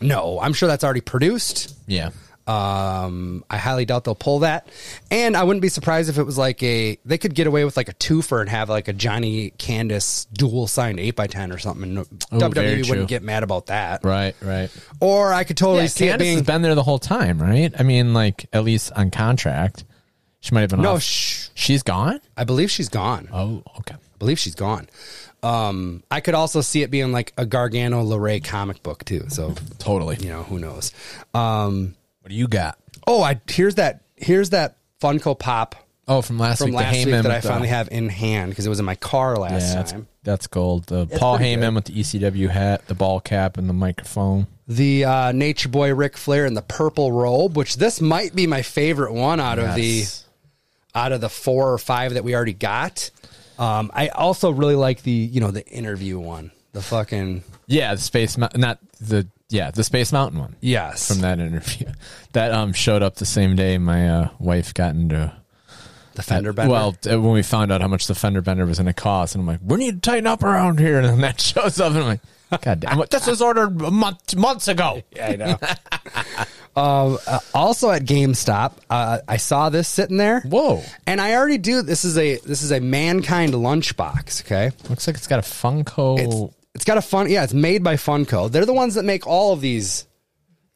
[SPEAKER 1] No, I'm sure that's already produced.
[SPEAKER 2] Yeah.
[SPEAKER 1] Um, I highly doubt they'll pull that. And I wouldn't be surprised if it was like a they could get away with like a twofer and have like a Johnny Candace dual signed eight by ten or something. And no-
[SPEAKER 2] very
[SPEAKER 1] WWE
[SPEAKER 2] true.
[SPEAKER 1] wouldn't get mad about that.
[SPEAKER 2] Right. Right.
[SPEAKER 1] Or I could totally
[SPEAKER 2] Yeah,
[SPEAKER 1] see
[SPEAKER 2] Candace
[SPEAKER 1] it
[SPEAKER 2] has
[SPEAKER 1] being
[SPEAKER 2] been there the whole time, right? I mean, like at least on contract, she might have been.
[SPEAKER 1] no.
[SPEAKER 2] off.
[SPEAKER 1] Sh-
[SPEAKER 2] she's gone.
[SPEAKER 1] I believe she's gone.
[SPEAKER 2] Oh, okay.
[SPEAKER 1] I believe she's gone. Um, I could also see it being like a Gargano Lorray comic book too. So
[SPEAKER 2] Totally.
[SPEAKER 1] you know who knows. Um,
[SPEAKER 2] What do you got?
[SPEAKER 1] oh, I here's that here's that Funko Pop
[SPEAKER 2] Oh, from last
[SPEAKER 1] from
[SPEAKER 2] week,
[SPEAKER 1] last
[SPEAKER 2] the Heyman
[SPEAKER 1] week that
[SPEAKER 2] with
[SPEAKER 1] I
[SPEAKER 2] the-
[SPEAKER 1] finally have in hand because it was in my car last
[SPEAKER 2] Yeah, that's,
[SPEAKER 1] time.
[SPEAKER 2] that's gold. The Paul
[SPEAKER 1] pretty
[SPEAKER 2] Heyman with the ECW hat, the ball cap, and the microphone.
[SPEAKER 1] the uh, Nature Boy Ric Flair in the purple robe, which this might be my favorite one out of the
[SPEAKER 2] Yes.
[SPEAKER 1] out of the four or five that we already got. Um, I also really like the you know the interview one, the fucking
[SPEAKER 2] yeah, the space Mou- not the yeah the space mountain one
[SPEAKER 1] yes,
[SPEAKER 2] from that interview that um showed up the same day my uh, wife got into.
[SPEAKER 1] the fender bender.
[SPEAKER 2] Well, t- uh, when we found out how much the fender bender was going to cost, and I'm like, we need to tighten up around here, and then that shows up, and I'm like, God damn, I'm like, this was ordered a month, months ago.
[SPEAKER 1] Yeah, I know. um, uh, also at GameStop, uh, I saw this sitting there.
[SPEAKER 2] Whoa.
[SPEAKER 1] And I already do. This is a this is a mankind lunchbox. Okay.
[SPEAKER 2] Looks like it's got a Funko.
[SPEAKER 1] It's, it's got a fun. Yeah, it's made by Funko. They're the ones that make all of these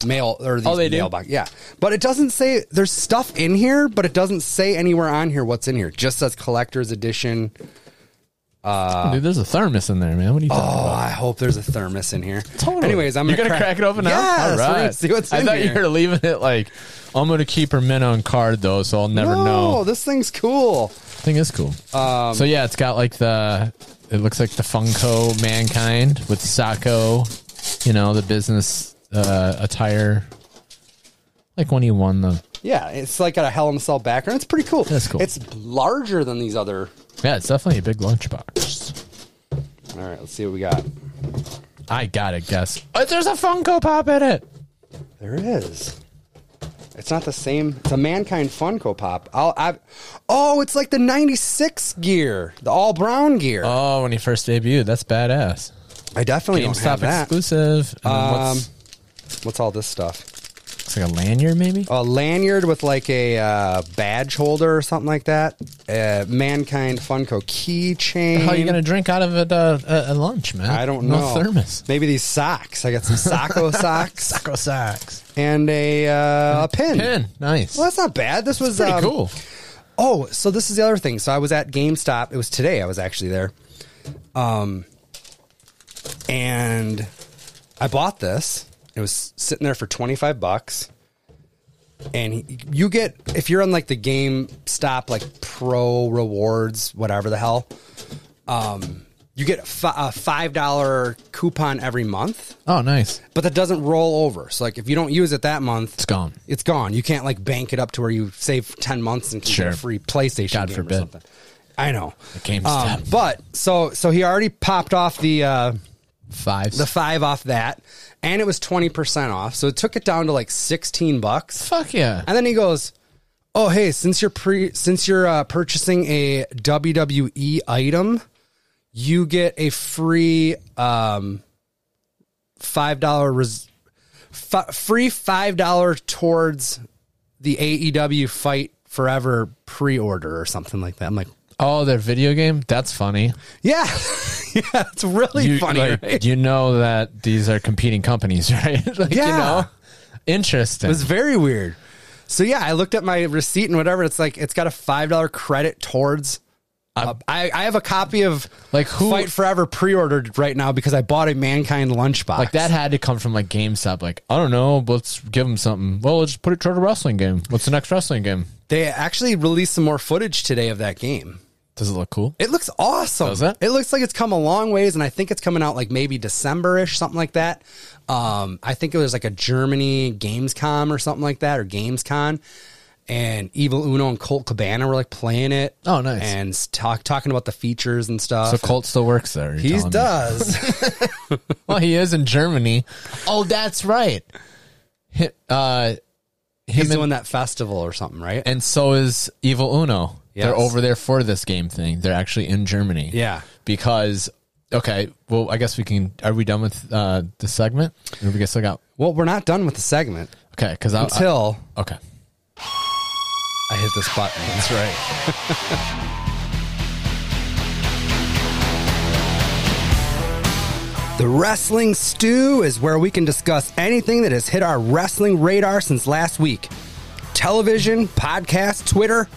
[SPEAKER 1] mail or these
[SPEAKER 2] Oh, they do?
[SPEAKER 1] mailbox. Yeah, but it doesn't say there's stuff in here, but it doesn't say anywhere on here what's in here. It just says collector's edition.
[SPEAKER 2] Dude, there's a thermos in there, man. What do you? think?
[SPEAKER 1] uh, Oh, I hope there's a thermos in here.
[SPEAKER 2] Totally.
[SPEAKER 1] Anyways, I'm
[SPEAKER 2] you're
[SPEAKER 1] gonna
[SPEAKER 2] gonna crack, it open now.
[SPEAKER 1] Yes,
[SPEAKER 2] All
[SPEAKER 1] we're gonna
[SPEAKER 2] right.
[SPEAKER 1] see what's
[SPEAKER 2] I
[SPEAKER 1] in
[SPEAKER 2] thought
[SPEAKER 1] here.
[SPEAKER 2] you were leaving it like I'm gonna keep her mint on card though, so I'll never
[SPEAKER 1] no,
[SPEAKER 2] know.
[SPEAKER 1] Oh, this thing's cool.
[SPEAKER 2] Thing is cool.
[SPEAKER 1] Um,
[SPEAKER 2] so yeah, it's got like the it looks like the Funko mankind with Sacco, you know, the business uh, attire, like when he won the.
[SPEAKER 1] Yeah, it's like got a Hell in a Cell background. It's pretty cool.
[SPEAKER 2] That's cool.
[SPEAKER 1] It's larger than these other.
[SPEAKER 2] Yeah, it's definitely a big lunchbox.
[SPEAKER 1] All right, let's see what we got.
[SPEAKER 2] I gotta guess. Oh, there's a Funko Pop in it.
[SPEAKER 1] There it is. It's not the same. It's a mankind Funko Pop. I'll, I've, oh, it's like the '96 gear, the all brown gear.
[SPEAKER 2] Oh, when he first debuted, that's badass.
[SPEAKER 1] I definitely don't have
[SPEAKER 2] GameStop
[SPEAKER 1] that.
[SPEAKER 2] exclusive. And then
[SPEAKER 1] Um,
[SPEAKER 2] what's,
[SPEAKER 1] what's all this stuff?
[SPEAKER 2] it's like a lanyard, maybe.
[SPEAKER 1] A lanyard with like a uh, badge holder or something like that. Uh, mankind Funko keychain.
[SPEAKER 2] How are you going to drink out of it uh, at at lunch, man?
[SPEAKER 1] I don't
[SPEAKER 2] no
[SPEAKER 1] know.
[SPEAKER 2] thermos.
[SPEAKER 1] Maybe these socks. I got some Socko socks
[SPEAKER 2] Taco sacks.
[SPEAKER 1] and a, uh, a pin.
[SPEAKER 2] Pin. Nice.
[SPEAKER 1] Well, that's not bad. This was
[SPEAKER 2] Pretty
[SPEAKER 1] um,
[SPEAKER 2] cool.
[SPEAKER 1] Oh, so this is the other thing. So I was at GameStop. It was today. I was actually there. Um, and I bought this. It was sitting there for twenty five bucks. and he, you get if you're on like the game stop like pro rewards whatever the hell um you get a fi- a five dollar coupon every month
[SPEAKER 2] Oh, nice.
[SPEAKER 1] but that doesn't roll over so like if you don't use it that month
[SPEAKER 2] It's gone.
[SPEAKER 1] it's gone you can't like bank it up to where you save 10 months and can
[SPEAKER 2] Sure.
[SPEAKER 1] get a free playstation
[SPEAKER 2] God
[SPEAKER 1] game
[SPEAKER 2] forbid.
[SPEAKER 1] or something i know
[SPEAKER 2] The game
[SPEAKER 1] um,
[SPEAKER 2] stop.
[SPEAKER 1] but so so he already popped off the uh
[SPEAKER 2] Five.
[SPEAKER 1] the five off that and it was 20% off so it took it down to like 16 bucks
[SPEAKER 2] fuck yeah.
[SPEAKER 1] and then he goes, "Oh, hey, since you're pre since you're uh, purchasing a WWE item, you get a free um five dollar res- fi- free five dollar towards the AEW Fight Forever pre order or something like that." I'm like,
[SPEAKER 2] Oh, their video game? That's funny.
[SPEAKER 1] "Yeah, yeah, it's really funny."
[SPEAKER 2] like,
[SPEAKER 1] right?
[SPEAKER 2] you know that these are competing companies, right? like, you
[SPEAKER 1] Yeah.
[SPEAKER 2] know? Interesting.
[SPEAKER 1] It was very weird. So yeah, I looked at my receipt and whatever. It's like it's got a five dollar credit towards. uh, I I have a copy of
[SPEAKER 2] Like, who-
[SPEAKER 1] Fight Forever pre-ordered right now because I bought a Mankind lunchbox.
[SPEAKER 2] like that had to come from like GameStop. Like I don't know, but let's give them something. Well, let's just put it toward a wrestling game. What's the next wrestling game?
[SPEAKER 1] They actually released some more footage today of that game.
[SPEAKER 2] Does it look cool?
[SPEAKER 1] It looks awesome.
[SPEAKER 2] Does it?
[SPEAKER 1] looks like it's come a long ways, and I think it's coming out like maybe December-ish, something like that. Um, I think it was like a Germany Gamescom or something like that, or Gamescon. And Evil Uno and Colt Cabana were like playing it.
[SPEAKER 2] Oh, nice.
[SPEAKER 1] And s- talk talking about the features and stuff.
[SPEAKER 2] So Colt still works there. you're
[SPEAKER 1] he
[SPEAKER 2] telling me.
[SPEAKER 1] does.
[SPEAKER 2] Well, he is in Germany. Oh, that's right. Hi- Uh, him
[SPEAKER 1] He's
[SPEAKER 2] and,
[SPEAKER 1] doing that festival or something, right?
[SPEAKER 2] and so is Evil Uno. They're
[SPEAKER 1] Yes.
[SPEAKER 2] over there for this game thing. They're actually in Germany.
[SPEAKER 1] Yeah.
[SPEAKER 2] Because okay, well, I guess we can. Are we done with uh, the segment? Or we guess I got
[SPEAKER 1] well, we're not done with the segment
[SPEAKER 2] okay. Because I
[SPEAKER 1] until
[SPEAKER 2] I, okay.
[SPEAKER 1] I hit this button.
[SPEAKER 2] That's right.
[SPEAKER 1] The Wrestling Stew is where we can discuss anything that has hit our wrestling radar since last week. Television, podcast, Twitter,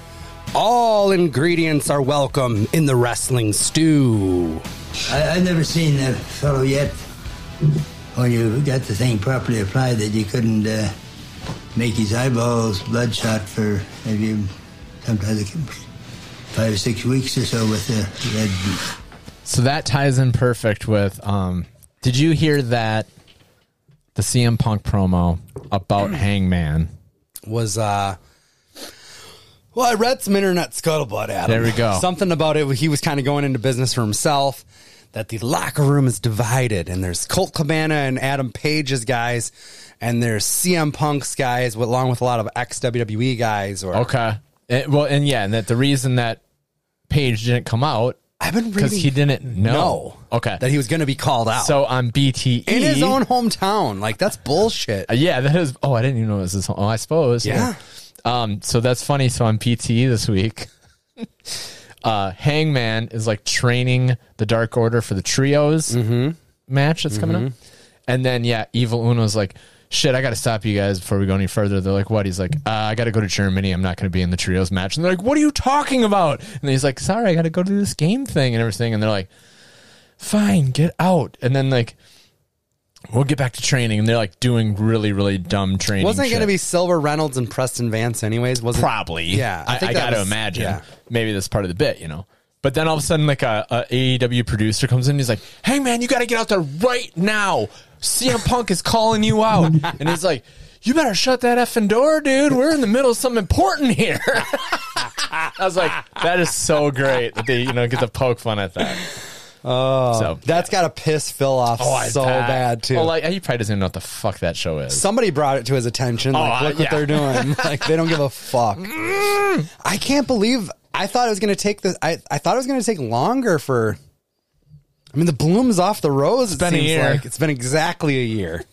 [SPEAKER 1] all ingredients are welcome in the Wrestling Stew.
[SPEAKER 4] I, I've never seen that fellow yet. When you got the thing properly applied, that you couldn't uh, make his eyeballs bloodshot for maybe sometimes like five or six weeks or so with the red.
[SPEAKER 2] So that ties in perfect with. Um, did you hear that? The CM Punk promo about Hangman.
[SPEAKER 1] Was, uh, well, I read some internet scuttlebutt, Adam.
[SPEAKER 2] There we go.
[SPEAKER 1] Something about it. He was kind of going into business for himself. That the locker room is divided, and there's Colt Cabana and Adam Page's guys, and there's CM Punk's guys, along with a lot of ex WWE guys. Or
[SPEAKER 2] Okay. And- well, and yeah, and that the reason that Page didn't come out
[SPEAKER 1] I've been
[SPEAKER 2] because
[SPEAKER 1] reading
[SPEAKER 2] he didn't know.
[SPEAKER 1] know
[SPEAKER 2] Okay.
[SPEAKER 1] that he was going to be called out.
[SPEAKER 2] so on E, BTE
[SPEAKER 1] in his own hometown, like that's bullshit.
[SPEAKER 2] Uh, Yeah, that is. Oh, I didn't even know it was his. Oh, I suppose.
[SPEAKER 1] Yeah.
[SPEAKER 2] Um. So that's funny. So on PTE E this week, uh, Hangman is like training the Dark Order for the trios match that's coming up, and then yeah, Evil Uno's like, shit, I got to stop you guys before we go any further. They're like, what? He's like, uh, I got to go to Germany. I'm not going to be in the trios match. And they're like, what are you talking about? And he's like, sorry, I got to go to this game thing and everything. And they're like, fine, get out. And then like. We'll get back to training, and they're like doing really, really dumb training.
[SPEAKER 1] Wasn't it
[SPEAKER 2] shit.
[SPEAKER 1] going to be Silver Reynolds and Preston Vance, anyways? Was it?
[SPEAKER 2] probably?
[SPEAKER 1] Yeah, I
[SPEAKER 2] I,
[SPEAKER 1] think
[SPEAKER 2] I
[SPEAKER 1] that
[SPEAKER 2] got to
[SPEAKER 1] was-
[SPEAKER 2] imagine.
[SPEAKER 1] yeah.
[SPEAKER 2] Maybe that's part of the bit, you know. But then all of a sudden, like a, a AEW producer comes in, and he's like, "Hey man, you got to get out there right now. CM Punk is calling you out," and he's like. You better shut that effing door, dude. We're in the middle of something important here. I was like, that is so great that they, you know, get to poke fun at that. Oh, so oh,
[SPEAKER 1] That's got to piss Phil off
[SPEAKER 2] I
[SPEAKER 1] so
[SPEAKER 2] bet.
[SPEAKER 1] bad too.
[SPEAKER 2] Well, like he probably doesn't even know what the fuck that show is.
[SPEAKER 1] Somebody brought it to his attention. Like,
[SPEAKER 2] I-
[SPEAKER 1] look what
[SPEAKER 2] Oh, yeah.
[SPEAKER 1] they're doing. like they don't give a fuck. I can't believe. I thought it was going to take this. I, I thought it was going to take longer for. I mean, the bloom's off the rose. It's
[SPEAKER 2] been a year.
[SPEAKER 1] Like. It's been exactly a year.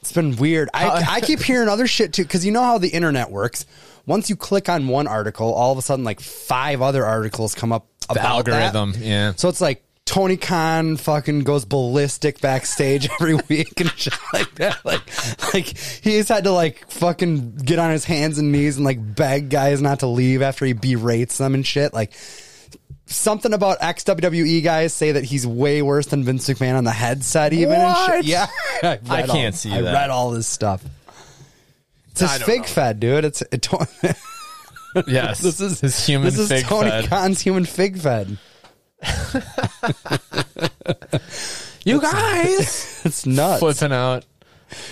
[SPEAKER 1] it's been weird. I, I keep hearing other shit too, because you know how the internet works. Once you click on one article, all of a sudden, like five other articles come up about that.
[SPEAKER 2] algorithm, yeah.
[SPEAKER 1] So it's like Tony Khan fucking goes ballistic backstage every week and shit like that. Like, like he's had to like fucking get on his hands and knees and like beg guys not to leave after he berates them and shit. Like something about ex WWE guys say that he's way worse than Vince McMahon on the headset even and
[SPEAKER 2] What?
[SPEAKER 1] shit. Yeah, I, read
[SPEAKER 2] can't
[SPEAKER 1] all-
[SPEAKER 2] see
[SPEAKER 1] I
[SPEAKER 2] that.
[SPEAKER 1] read all this stuff. It's his
[SPEAKER 2] don't
[SPEAKER 1] fig
[SPEAKER 2] know.
[SPEAKER 1] fed, dude. It's it, don't-
[SPEAKER 2] Yes,
[SPEAKER 1] this is
[SPEAKER 2] his human
[SPEAKER 1] This is
[SPEAKER 2] fig
[SPEAKER 1] Tony
[SPEAKER 2] fed.
[SPEAKER 1] Khan's human fig fed. you guys, it's nuts.
[SPEAKER 2] flipping out.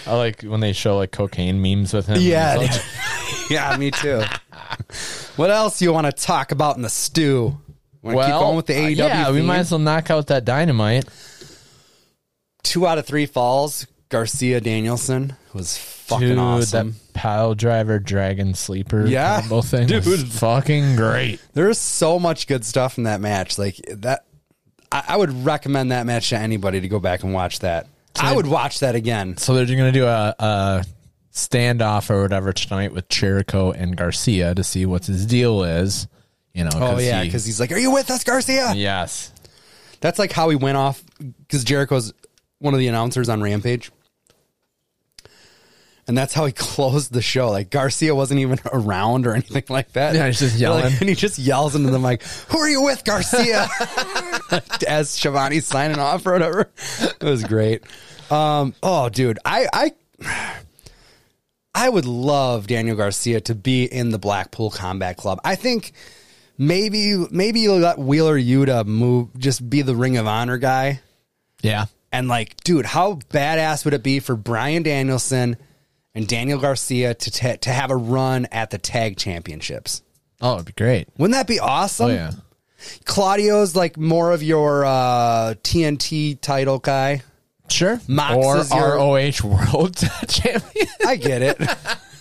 [SPEAKER 2] I like when they show like cocaine memes with him.
[SPEAKER 1] Yeah,
[SPEAKER 2] He's
[SPEAKER 1] dude. yeah, me too. what else you want to talk about in the stew? Want to
[SPEAKER 2] well,
[SPEAKER 1] keep going with the AEW?
[SPEAKER 2] uh, yeah, we
[SPEAKER 1] theme?
[SPEAKER 2] might as well knock out that dynamite.
[SPEAKER 1] Two out of three falls. Garcia Danielson was fucking
[SPEAKER 2] Dude,
[SPEAKER 1] awesome.
[SPEAKER 2] that pile driver dragon sleeper
[SPEAKER 1] Yeah.
[SPEAKER 2] combo thing Dude. was
[SPEAKER 1] Dude.
[SPEAKER 2] fucking great.
[SPEAKER 1] There's so much good stuff in that match. Like that, I, I would recommend that match to anybody to go back and watch that. I would watch that again.
[SPEAKER 2] So they're going to do a, a standoff or whatever tonight with Jericho and Garcia to see what his deal is. You know?
[SPEAKER 1] Oh yeah,
[SPEAKER 2] he-
[SPEAKER 1] because he's like, "Are you with us, Garcia?"
[SPEAKER 2] yes,
[SPEAKER 1] That's like how he went off because Jericho's one of the announcers on Rampage. And that's how he closed the show. Like Garcia wasn't even around or anything like that.
[SPEAKER 2] Yeah, he's just
[SPEAKER 1] They're like-
[SPEAKER 2] yelling.
[SPEAKER 1] and he just yells into them like, "Who are you with, Garcia?" As Shivani's signing off or whatever. It was great. Um, oh, dude, I, I, I would love Daniel Garcia to be in the Blackpool Combat Club. I think maybe maybe you let Wheeler Yuta move, just be the Ring of Honor guy.
[SPEAKER 2] yeah.
[SPEAKER 1] And like, dude, how badass would it be for Brian Danielson and Daniel Garcia to ta to have a run at the tag championships?
[SPEAKER 2] Oh, it'd be great.
[SPEAKER 1] Wouldn't that be
[SPEAKER 2] Oh
[SPEAKER 1] awesome?
[SPEAKER 2] yeah.
[SPEAKER 1] Claudio's like more of your uh, TNT title guy.
[SPEAKER 2] Sure.
[SPEAKER 1] Mox
[SPEAKER 2] or
[SPEAKER 1] is your-
[SPEAKER 2] ROH World Champion.
[SPEAKER 1] I get it.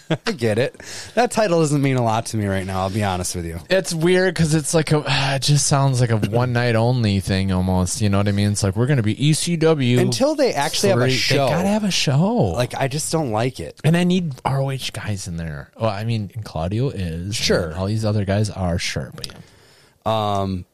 [SPEAKER 1] I get it. That title doesn't mean a lot to me right now. I'll be honest with you.
[SPEAKER 2] It's weird because it's like a, it just sounds like a one night only thing almost. You know what I mean? It's like we're gonna be ECW
[SPEAKER 1] Until they actually have a
[SPEAKER 2] three-
[SPEAKER 1] show.
[SPEAKER 2] They gotta have a show. Like,
[SPEAKER 1] Like, I just don't like it.
[SPEAKER 2] and I need ROH guys in there. Well, I mean, and Claudio is
[SPEAKER 1] Sure.
[SPEAKER 2] and all these other guys are sure, but yeah.
[SPEAKER 1] um,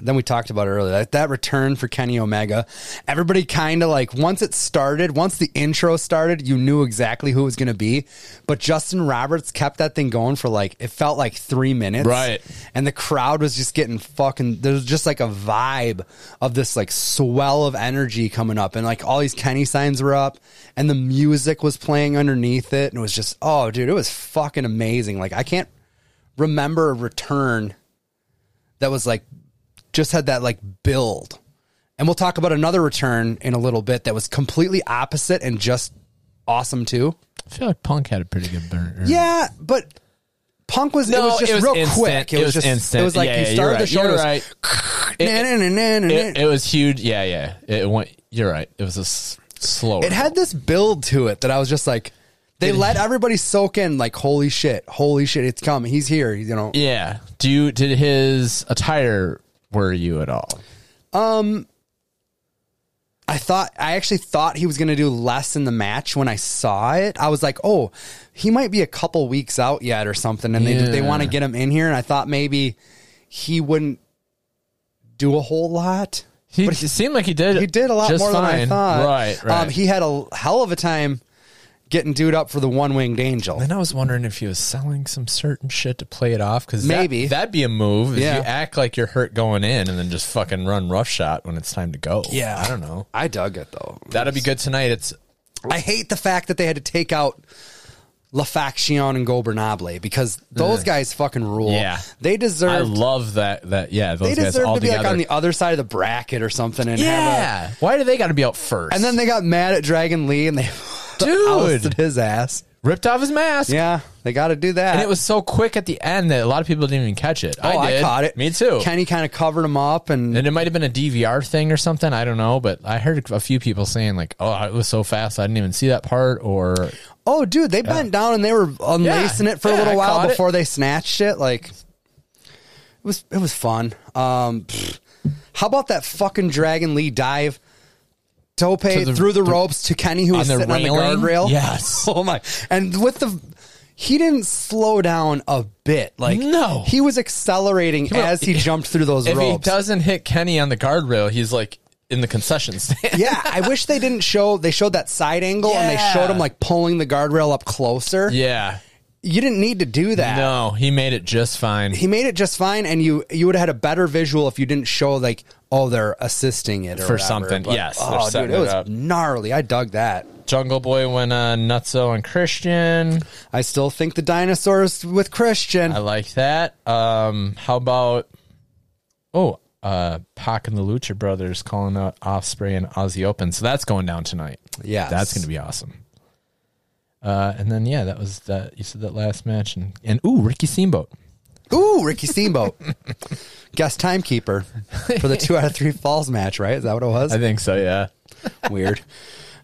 [SPEAKER 1] then we talked about it earlier that, that return for Kenny Omega. Everybody kind of like once it started, once the intro started, you knew exactly who it was going to be. But Justin Roberts kept that thing going for like it felt like three minutes,
[SPEAKER 2] Right.
[SPEAKER 1] And the crowd was just getting fucking. There's just like a vibe of this like swell of energy coming up, and like all these Kenny signs were up, and the music was playing underneath it, and it was just oh, dude, it was fucking amazing. Like I can't remember a return that was like just had that like build. And we'll talk about another return in a little bit that was completely opposite and just awesome too.
[SPEAKER 2] I feel like Punk had a pretty good burn.
[SPEAKER 1] Yeah, but Punk was it was just real quick. It, was, just it was like you started the show. and it was
[SPEAKER 2] right.
[SPEAKER 1] na-na-na-na-na-na.
[SPEAKER 2] It, it was huge. Yeah, yeah. It went. You're right. It was a s- slow.
[SPEAKER 1] It had this build to it that I was just like they let everybody soak in like holy shit, holy shit, it's coming. He's here, you know.
[SPEAKER 2] Yeah. Do you did his attire worry you at all?
[SPEAKER 1] I thought I actually thought he was going to do less in the match when I saw it. I was like, "Oh, he might be a couple weeks out yet or something and they they
[SPEAKER 2] Yeah.
[SPEAKER 1] want to get him in here." And I thought maybe he wouldn't do a whole lot.
[SPEAKER 2] He, it seemed like he did.
[SPEAKER 1] He did a lot
[SPEAKER 2] just
[SPEAKER 1] more than I
[SPEAKER 2] fine.
[SPEAKER 1] thought.
[SPEAKER 2] Right, right.
[SPEAKER 1] Um, he had a hell of a time getting dude up for the one-winged angel.
[SPEAKER 2] then I was wondering if he was selling some certain shit to play it off because
[SPEAKER 1] Maybe.
[SPEAKER 2] that, would be a move. If
[SPEAKER 1] Yeah.
[SPEAKER 2] you act like you're hurt going in and then just fucking run roughshod when it's time to go.
[SPEAKER 1] Yeah.
[SPEAKER 2] I don't know.
[SPEAKER 1] I dug it though.
[SPEAKER 2] That'd be good tonight. It's
[SPEAKER 1] I hate the fact that they had to take out La Faction and Gobernable because those guys fucking rule.
[SPEAKER 2] Yeah.
[SPEAKER 1] They
[SPEAKER 2] I
[SPEAKER 1] deserve
[SPEAKER 2] love that that yeah those
[SPEAKER 1] they
[SPEAKER 2] guys
[SPEAKER 1] deserve
[SPEAKER 2] all
[SPEAKER 1] to be
[SPEAKER 2] together.
[SPEAKER 1] like on the other side of the bracket or something. And have a,
[SPEAKER 2] yeah. Why do they got to be out first?
[SPEAKER 1] and then they got mad at Dragon Lee and they
[SPEAKER 2] Dude.
[SPEAKER 1] ousted his ass.
[SPEAKER 2] ripped off his mask.
[SPEAKER 1] Yeah, they got to do that.
[SPEAKER 2] And it was so quick at the end that a lot of people didn't even catch it.
[SPEAKER 1] oh,
[SPEAKER 2] I
[SPEAKER 1] I,
[SPEAKER 2] did.
[SPEAKER 1] caught it.
[SPEAKER 2] Me too.
[SPEAKER 1] Kenny kind of covered him up, and
[SPEAKER 2] And it might have been a DVR thing or something. I don't know, but I heard a few people saying like, "Oh, it was so fast, I didn't even see that part." Or
[SPEAKER 1] oh, dude, they bent down and they were unlacing
[SPEAKER 2] Yeah,
[SPEAKER 1] it for a
[SPEAKER 2] yeah,
[SPEAKER 1] little
[SPEAKER 2] I
[SPEAKER 1] while
[SPEAKER 2] caught it.
[SPEAKER 1] before they snatched it. Like it was, it was fun. Um, pfft. how about that fucking Dragon Lee dive? Tope
[SPEAKER 2] the-
[SPEAKER 1] through the,
[SPEAKER 2] the-
[SPEAKER 1] ropes to Kenny, who was sitting on the guardrail.
[SPEAKER 2] Yes.
[SPEAKER 1] Oh my! And with the, he didn't slow down a bit. Like
[SPEAKER 2] No.
[SPEAKER 1] he was accelerating
[SPEAKER 2] on.
[SPEAKER 1] as he jumped through those
[SPEAKER 2] If he
[SPEAKER 1] ropes.
[SPEAKER 2] doesn't hit Kenny on the guardrail, he's like in the concession stand.
[SPEAKER 1] yeah, I wish they didn't show. They showed that side angle and they
[SPEAKER 2] Yeah.
[SPEAKER 1] showed him like pulling the guardrail up closer.
[SPEAKER 2] yeah.
[SPEAKER 1] You didn't need to do that.
[SPEAKER 2] No, he made it just fine.
[SPEAKER 1] He made it just fine, and you you would have had a better visual if you didn't show like oh they're assisting it or
[SPEAKER 2] For
[SPEAKER 1] whatever,
[SPEAKER 2] something. Yes, they're
[SPEAKER 1] oh dude,
[SPEAKER 2] setting
[SPEAKER 1] it
[SPEAKER 2] it
[SPEAKER 1] was
[SPEAKER 2] up.
[SPEAKER 1] gnarly. I dug that.
[SPEAKER 2] Jungle Boy went on Nutso on Christian.
[SPEAKER 1] I still think the dinosaurs with Christian.
[SPEAKER 2] I like that. Um, how about oh, uh, Pac and the Lucha Brothers calling out Osprey and Aussie Open. So that's going down tonight.
[SPEAKER 1] Yes.
[SPEAKER 2] that's gonna be awesome. Uh, and then yeah, that was that. You said that last match, and and ooh, Ricky Steamboat.
[SPEAKER 1] Ooh, Ricky Steamboat. Guest timekeeper for the two out of three falls match, right? Is that what it was?
[SPEAKER 2] I think so. Yeah.
[SPEAKER 1] Weird.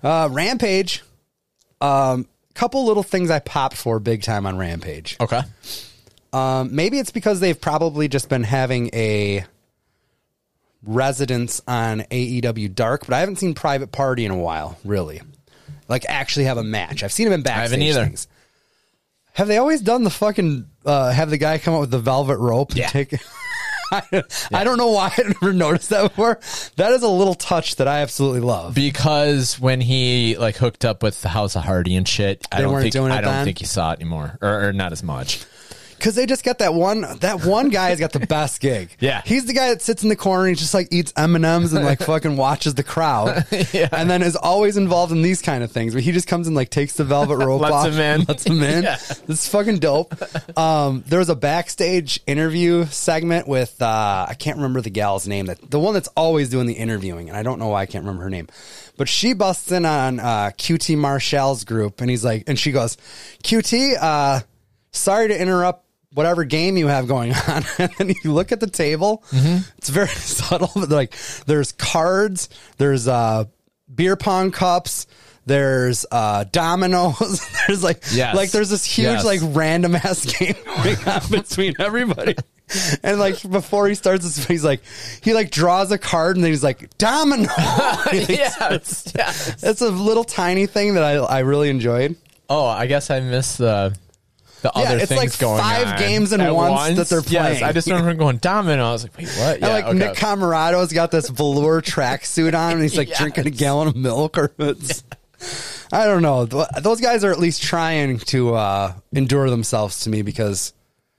[SPEAKER 1] Uh, Rampage. Um, couple little things I popped for big time on Rampage.
[SPEAKER 2] Okay.
[SPEAKER 1] Um, maybe it's because they've probably just been having a residence on AEW Dark, but I haven't seen Private Party in a while, really. Like actually have a match. I've seen him in backstage
[SPEAKER 2] haven't either.
[SPEAKER 1] things. Have they always done the fucking uh, have the guy come out with the velvet rope? And
[SPEAKER 2] Yeah.
[SPEAKER 1] take, I, I don't know why I never noticed that before. That is a little touch that I absolutely love.
[SPEAKER 2] Because when he like hooked up with the House of Hardy and shit, I
[SPEAKER 1] They
[SPEAKER 2] don't
[SPEAKER 1] weren't
[SPEAKER 2] think
[SPEAKER 1] doing it
[SPEAKER 2] I don't
[SPEAKER 1] then?
[SPEAKER 2] think you saw it anymore, or, or not as much.
[SPEAKER 1] Cause they just got that one. That one guy's got the best gig.
[SPEAKER 2] Yeah.
[SPEAKER 1] he's the guy that sits in the corner and just like eats M and M's and like fucking watches the crowd.
[SPEAKER 2] Yeah.
[SPEAKER 1] and then is always involved in these kind of things. But he just comes and like takes the velvet rope
[SPEAKER 2] Lets
[SPEAKER 1] off,
[SPEAKER 2] him in.
[SPEAKER 1] lets him in.
[SPEAKER 2] Yeah.
[SPEAKER 1] This is fucking dope. Um, there was a backstage interview segment with uh, I can't remember the gal's name that the one that's always doing the interviewing, and I don't know why I can't remember her name. But she busts in on uh, QT Marshall's group, and he's like, and she goes, "QT, uh, sorry to interrupt." Whatever game you have going on, and then you look at the table.
[SPEAKER 2] Mm-hmm.
[SPEAKER 1] It's very subtle, but like there's cards, there's uh, beer pong cups, there's uh, dominoes, there's like
[SPEAKER 2] Yes.
[SPEAKER 1] like there's this huge
[SPEAKER 2] Yes.
[SPEAKER 1] like random ass game going on between everybody. And like before he starts this, he's like he like draws a card and then he's like domino.
[SPEAKER 2] yes, yes.
[SPEAKER 1] It's a little tiny thing that I I really enjoyed.
[SPEAKER 2] Oh, I guess I missed the the
[SPEAKER 1] Yeah,
[SPEAKER 2] other
[SPEAKER 1] it's
[SPEAKER 2] things
[SPEAKER 1] like
[SPEAKER 2] going
[SPEAKER 1] five
[SPEAKER 2] on
[SPEAKER 1] games in
[SPEAKER 2] at
[SPEAKER 1] once that they're
[SPEAKER 2] Yes,
[SPEAKER 1] playing.
[SPEAKER 2] I just remember going domino. I was like, wait, what? Yeah,
[SPEAKER 1] and like
[SPEAKER 2] okay.
[SPEAKER 1] Nick Camarado's got this velour tracksuit on and he's like
[SPEAKER 2] Yes.
[SPEAKER 1] drinking a gallon of milk or it's, I don't know. Th- Those guys are at least trying to uh, endure themselves to me because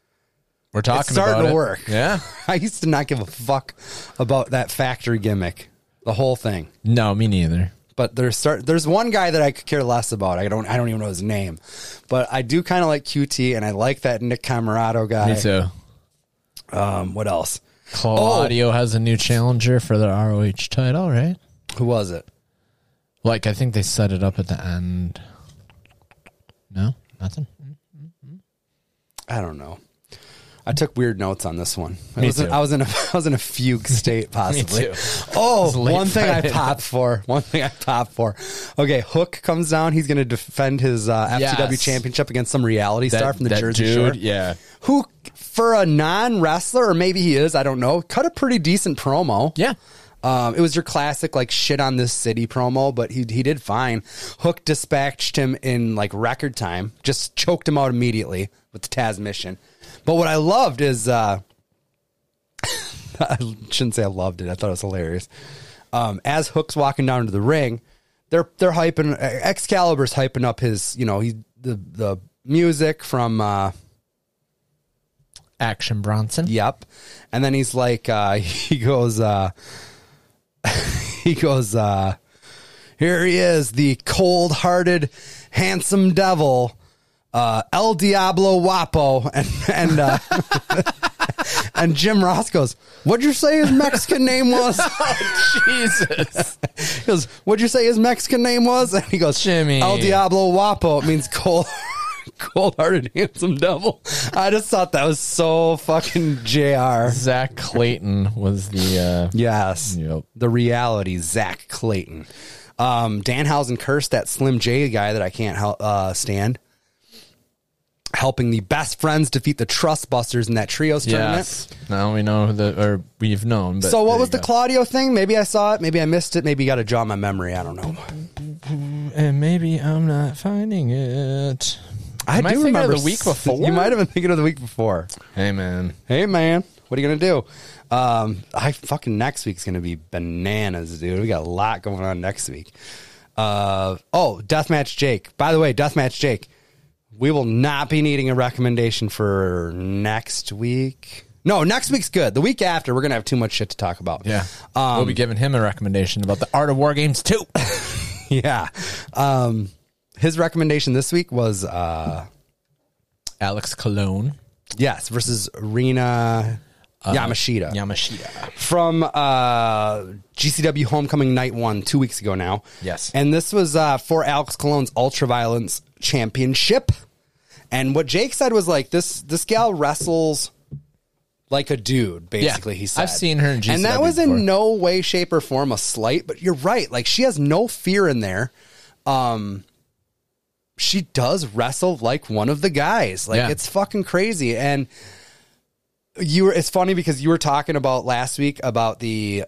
[SPEAKER 2] We're talking
[SPEAKER 1] starting
[SPEAKER 2] about
[SPEAKER 1] to
[SPEAKER 2] it.
[SPEAKER 1] work.
[SPEAKER 2] Yeah.
[SPEAKER 1] I used to not give a fuck about that factory gimmick, the whole thing.
[SPEAKER 2] No, me neither.
[SPEAKER 1] But there's start, there's one guy that I could care less about. I don't I don't even know his name, but I do kind of like QT and I like that Nick Camarado guy.
[SPEAKER 2] Me too.
[SPEAKER 1] Um, what else?
[SPEAKER 2] Claudio has a new challenger for the ROH title, right?
[SPEAKER 1] Who was it?
[SPEAKER 2] Like I think they set it up at the end. No, nothing.
[SPEAKER 1] I don't know. I took weird notes on this one. I
[SPEAKER 2] Me
[SPEAKER 1] was, In,
[SPEAKER 2] too.
[SPEAKER 1] I was in a I was in a fugue state possibly.
[SPEAKER 2] too.
[SPEAKER 1] Oh,
[SPEAKER 2] late
[SPEAKER 1] one thing I
[SPEAKER 2] Friday night.
[SPEAKER 1] popped for. One thing I popped for. Okay, Hook comes down. He's going to defend his uh, FTW
[SPEAKER 2] Yes.
[SPEAKER 1] championship against some reality star from the Jersey
[SPEAKER 2] dude,
[SPEAKER 1] Shore.
[SPEAKER 2] yeah.
[SPEAKER 1] Who, for a non wrestler, or maybe he is, I don't know, cut a pretty decent promo.
[SPEAKER 2] Yeah.
[SPEAKER 1] Um, it was your classic like shit on this city promo, but he he did fine. Hook dispatched him in like record time, just choked him out immediately with the Taz mission. But what I loved is uh, I shouldn't say I loved it. I thought it was hilarious. Um, as Hook's walking down to the ring, they're they're hyping Excalibur's hyping up his you know he the the music from. Uh,
[SPEAKER 2] Action Bronson.
[SPEAKER 1] Yep. And then he's like, uh, he goes, uh, he goes, uh, here he is, the cold hearted, handsome devil, uh, El Diablo Wapo. And, and, uh, and Jim Ross goes, what'd you say his Mexican name was?
[SPEAKER 2] Jesus.
[SPEAKER 1] He goes, what'd you say his Mexican name was? And he goes,
[SPEAKER 2] Jimmy.
[SPEAKER 1] El Diablo Wapo. It means cold. Cold hearted, handsome devil. I just thought that was so fucking JR.
[SPEAKER 2] Zach Clayton was the uh
[SPEAKER 1] Yes.
[SPEAKER 2] Yep.
[SPEAKER 1] The reality, Zach Clayton. Um, Danhausen cursed that Slim J guy that I can't hel- uh, stand. Helping the best friends defeat the Trust Busters in that trios tournament.
[SPEAKER 2] Yes. Now we know that or we've known, but
[SPEAKER 1] So, what
[SPEAKER 2] there
[SPEAKER 1] was
[SPEAKER 2] you
[SPEAKER 1] the
[SPEAKER 2] go.
[SPEAKER 1] Claudio thing? Maybe I saw it. Maybe I missed it. Maybe you got to draw my memory. I don't know.
[SPEAKER 2] And maybe I'm not finding it.
[SPEAKER 1] I
[SPEAKER 2] Am I
[SPEAKER 1] do
[SPEAKER 2] thinking of
[SPEAKER 1] remember
[SPEAKER 2] the week
[SPEAKER 1] s-
[SPEAKER 2] before?
[SPEAKER 1] You might have been thinking of the week before.
[SPEAKER 2] Hey man,
[SPEAKER 1] Hey, man, what are you going to do? Um, I fucking next week's going to be bananas, dude. We got a lot going on next week. Uh, oh, Deathmatch Jake. By the way, Deathmatch Jake, we will not be needing a recommendation for next week. No, next week's good. The week after, we're going to have too much shit to talk about.
[SPEAKER 2] yeah,
[SPEAKER 1] Um,
[SPEAKER 2] we'll be giving him a recommendation about the Art of War Games too.
[SPEAKER 1] yeah. Um, his recommendation this week was uh,
[SPEAKER 2] Alex Cologne.
[SPEAKER 1] yes versus Rena Yamashita
[SPEAKER 2] Yamashita.
[SPEAKER 1] from uh, GCW Homecoming Night One two weeks ago now.
[SPEAKER 2] Yes.
[SPEAKER 1] and this was uh, for Alex Cologne's Ultraviolence Championship. And what Jake said was like this: this gal wrestles like a dude. Basically, he said
[SPEAKER 2] I've seen her in
[SPEAKER 1] and that
[SPEAKER 2] GCW
[SPEAKER 1] was
[SPEAKER 2] before.
[SPEAKER 1] in no way, shape, or form a slight. But you're right; like she has no fear in there. Um, she does wrestle like one of the guys. Like
[SPEAKER 2] Yeah.
[SPEAKER 1] it's fucking crazy. And you were it's funny because you were talking about last week about the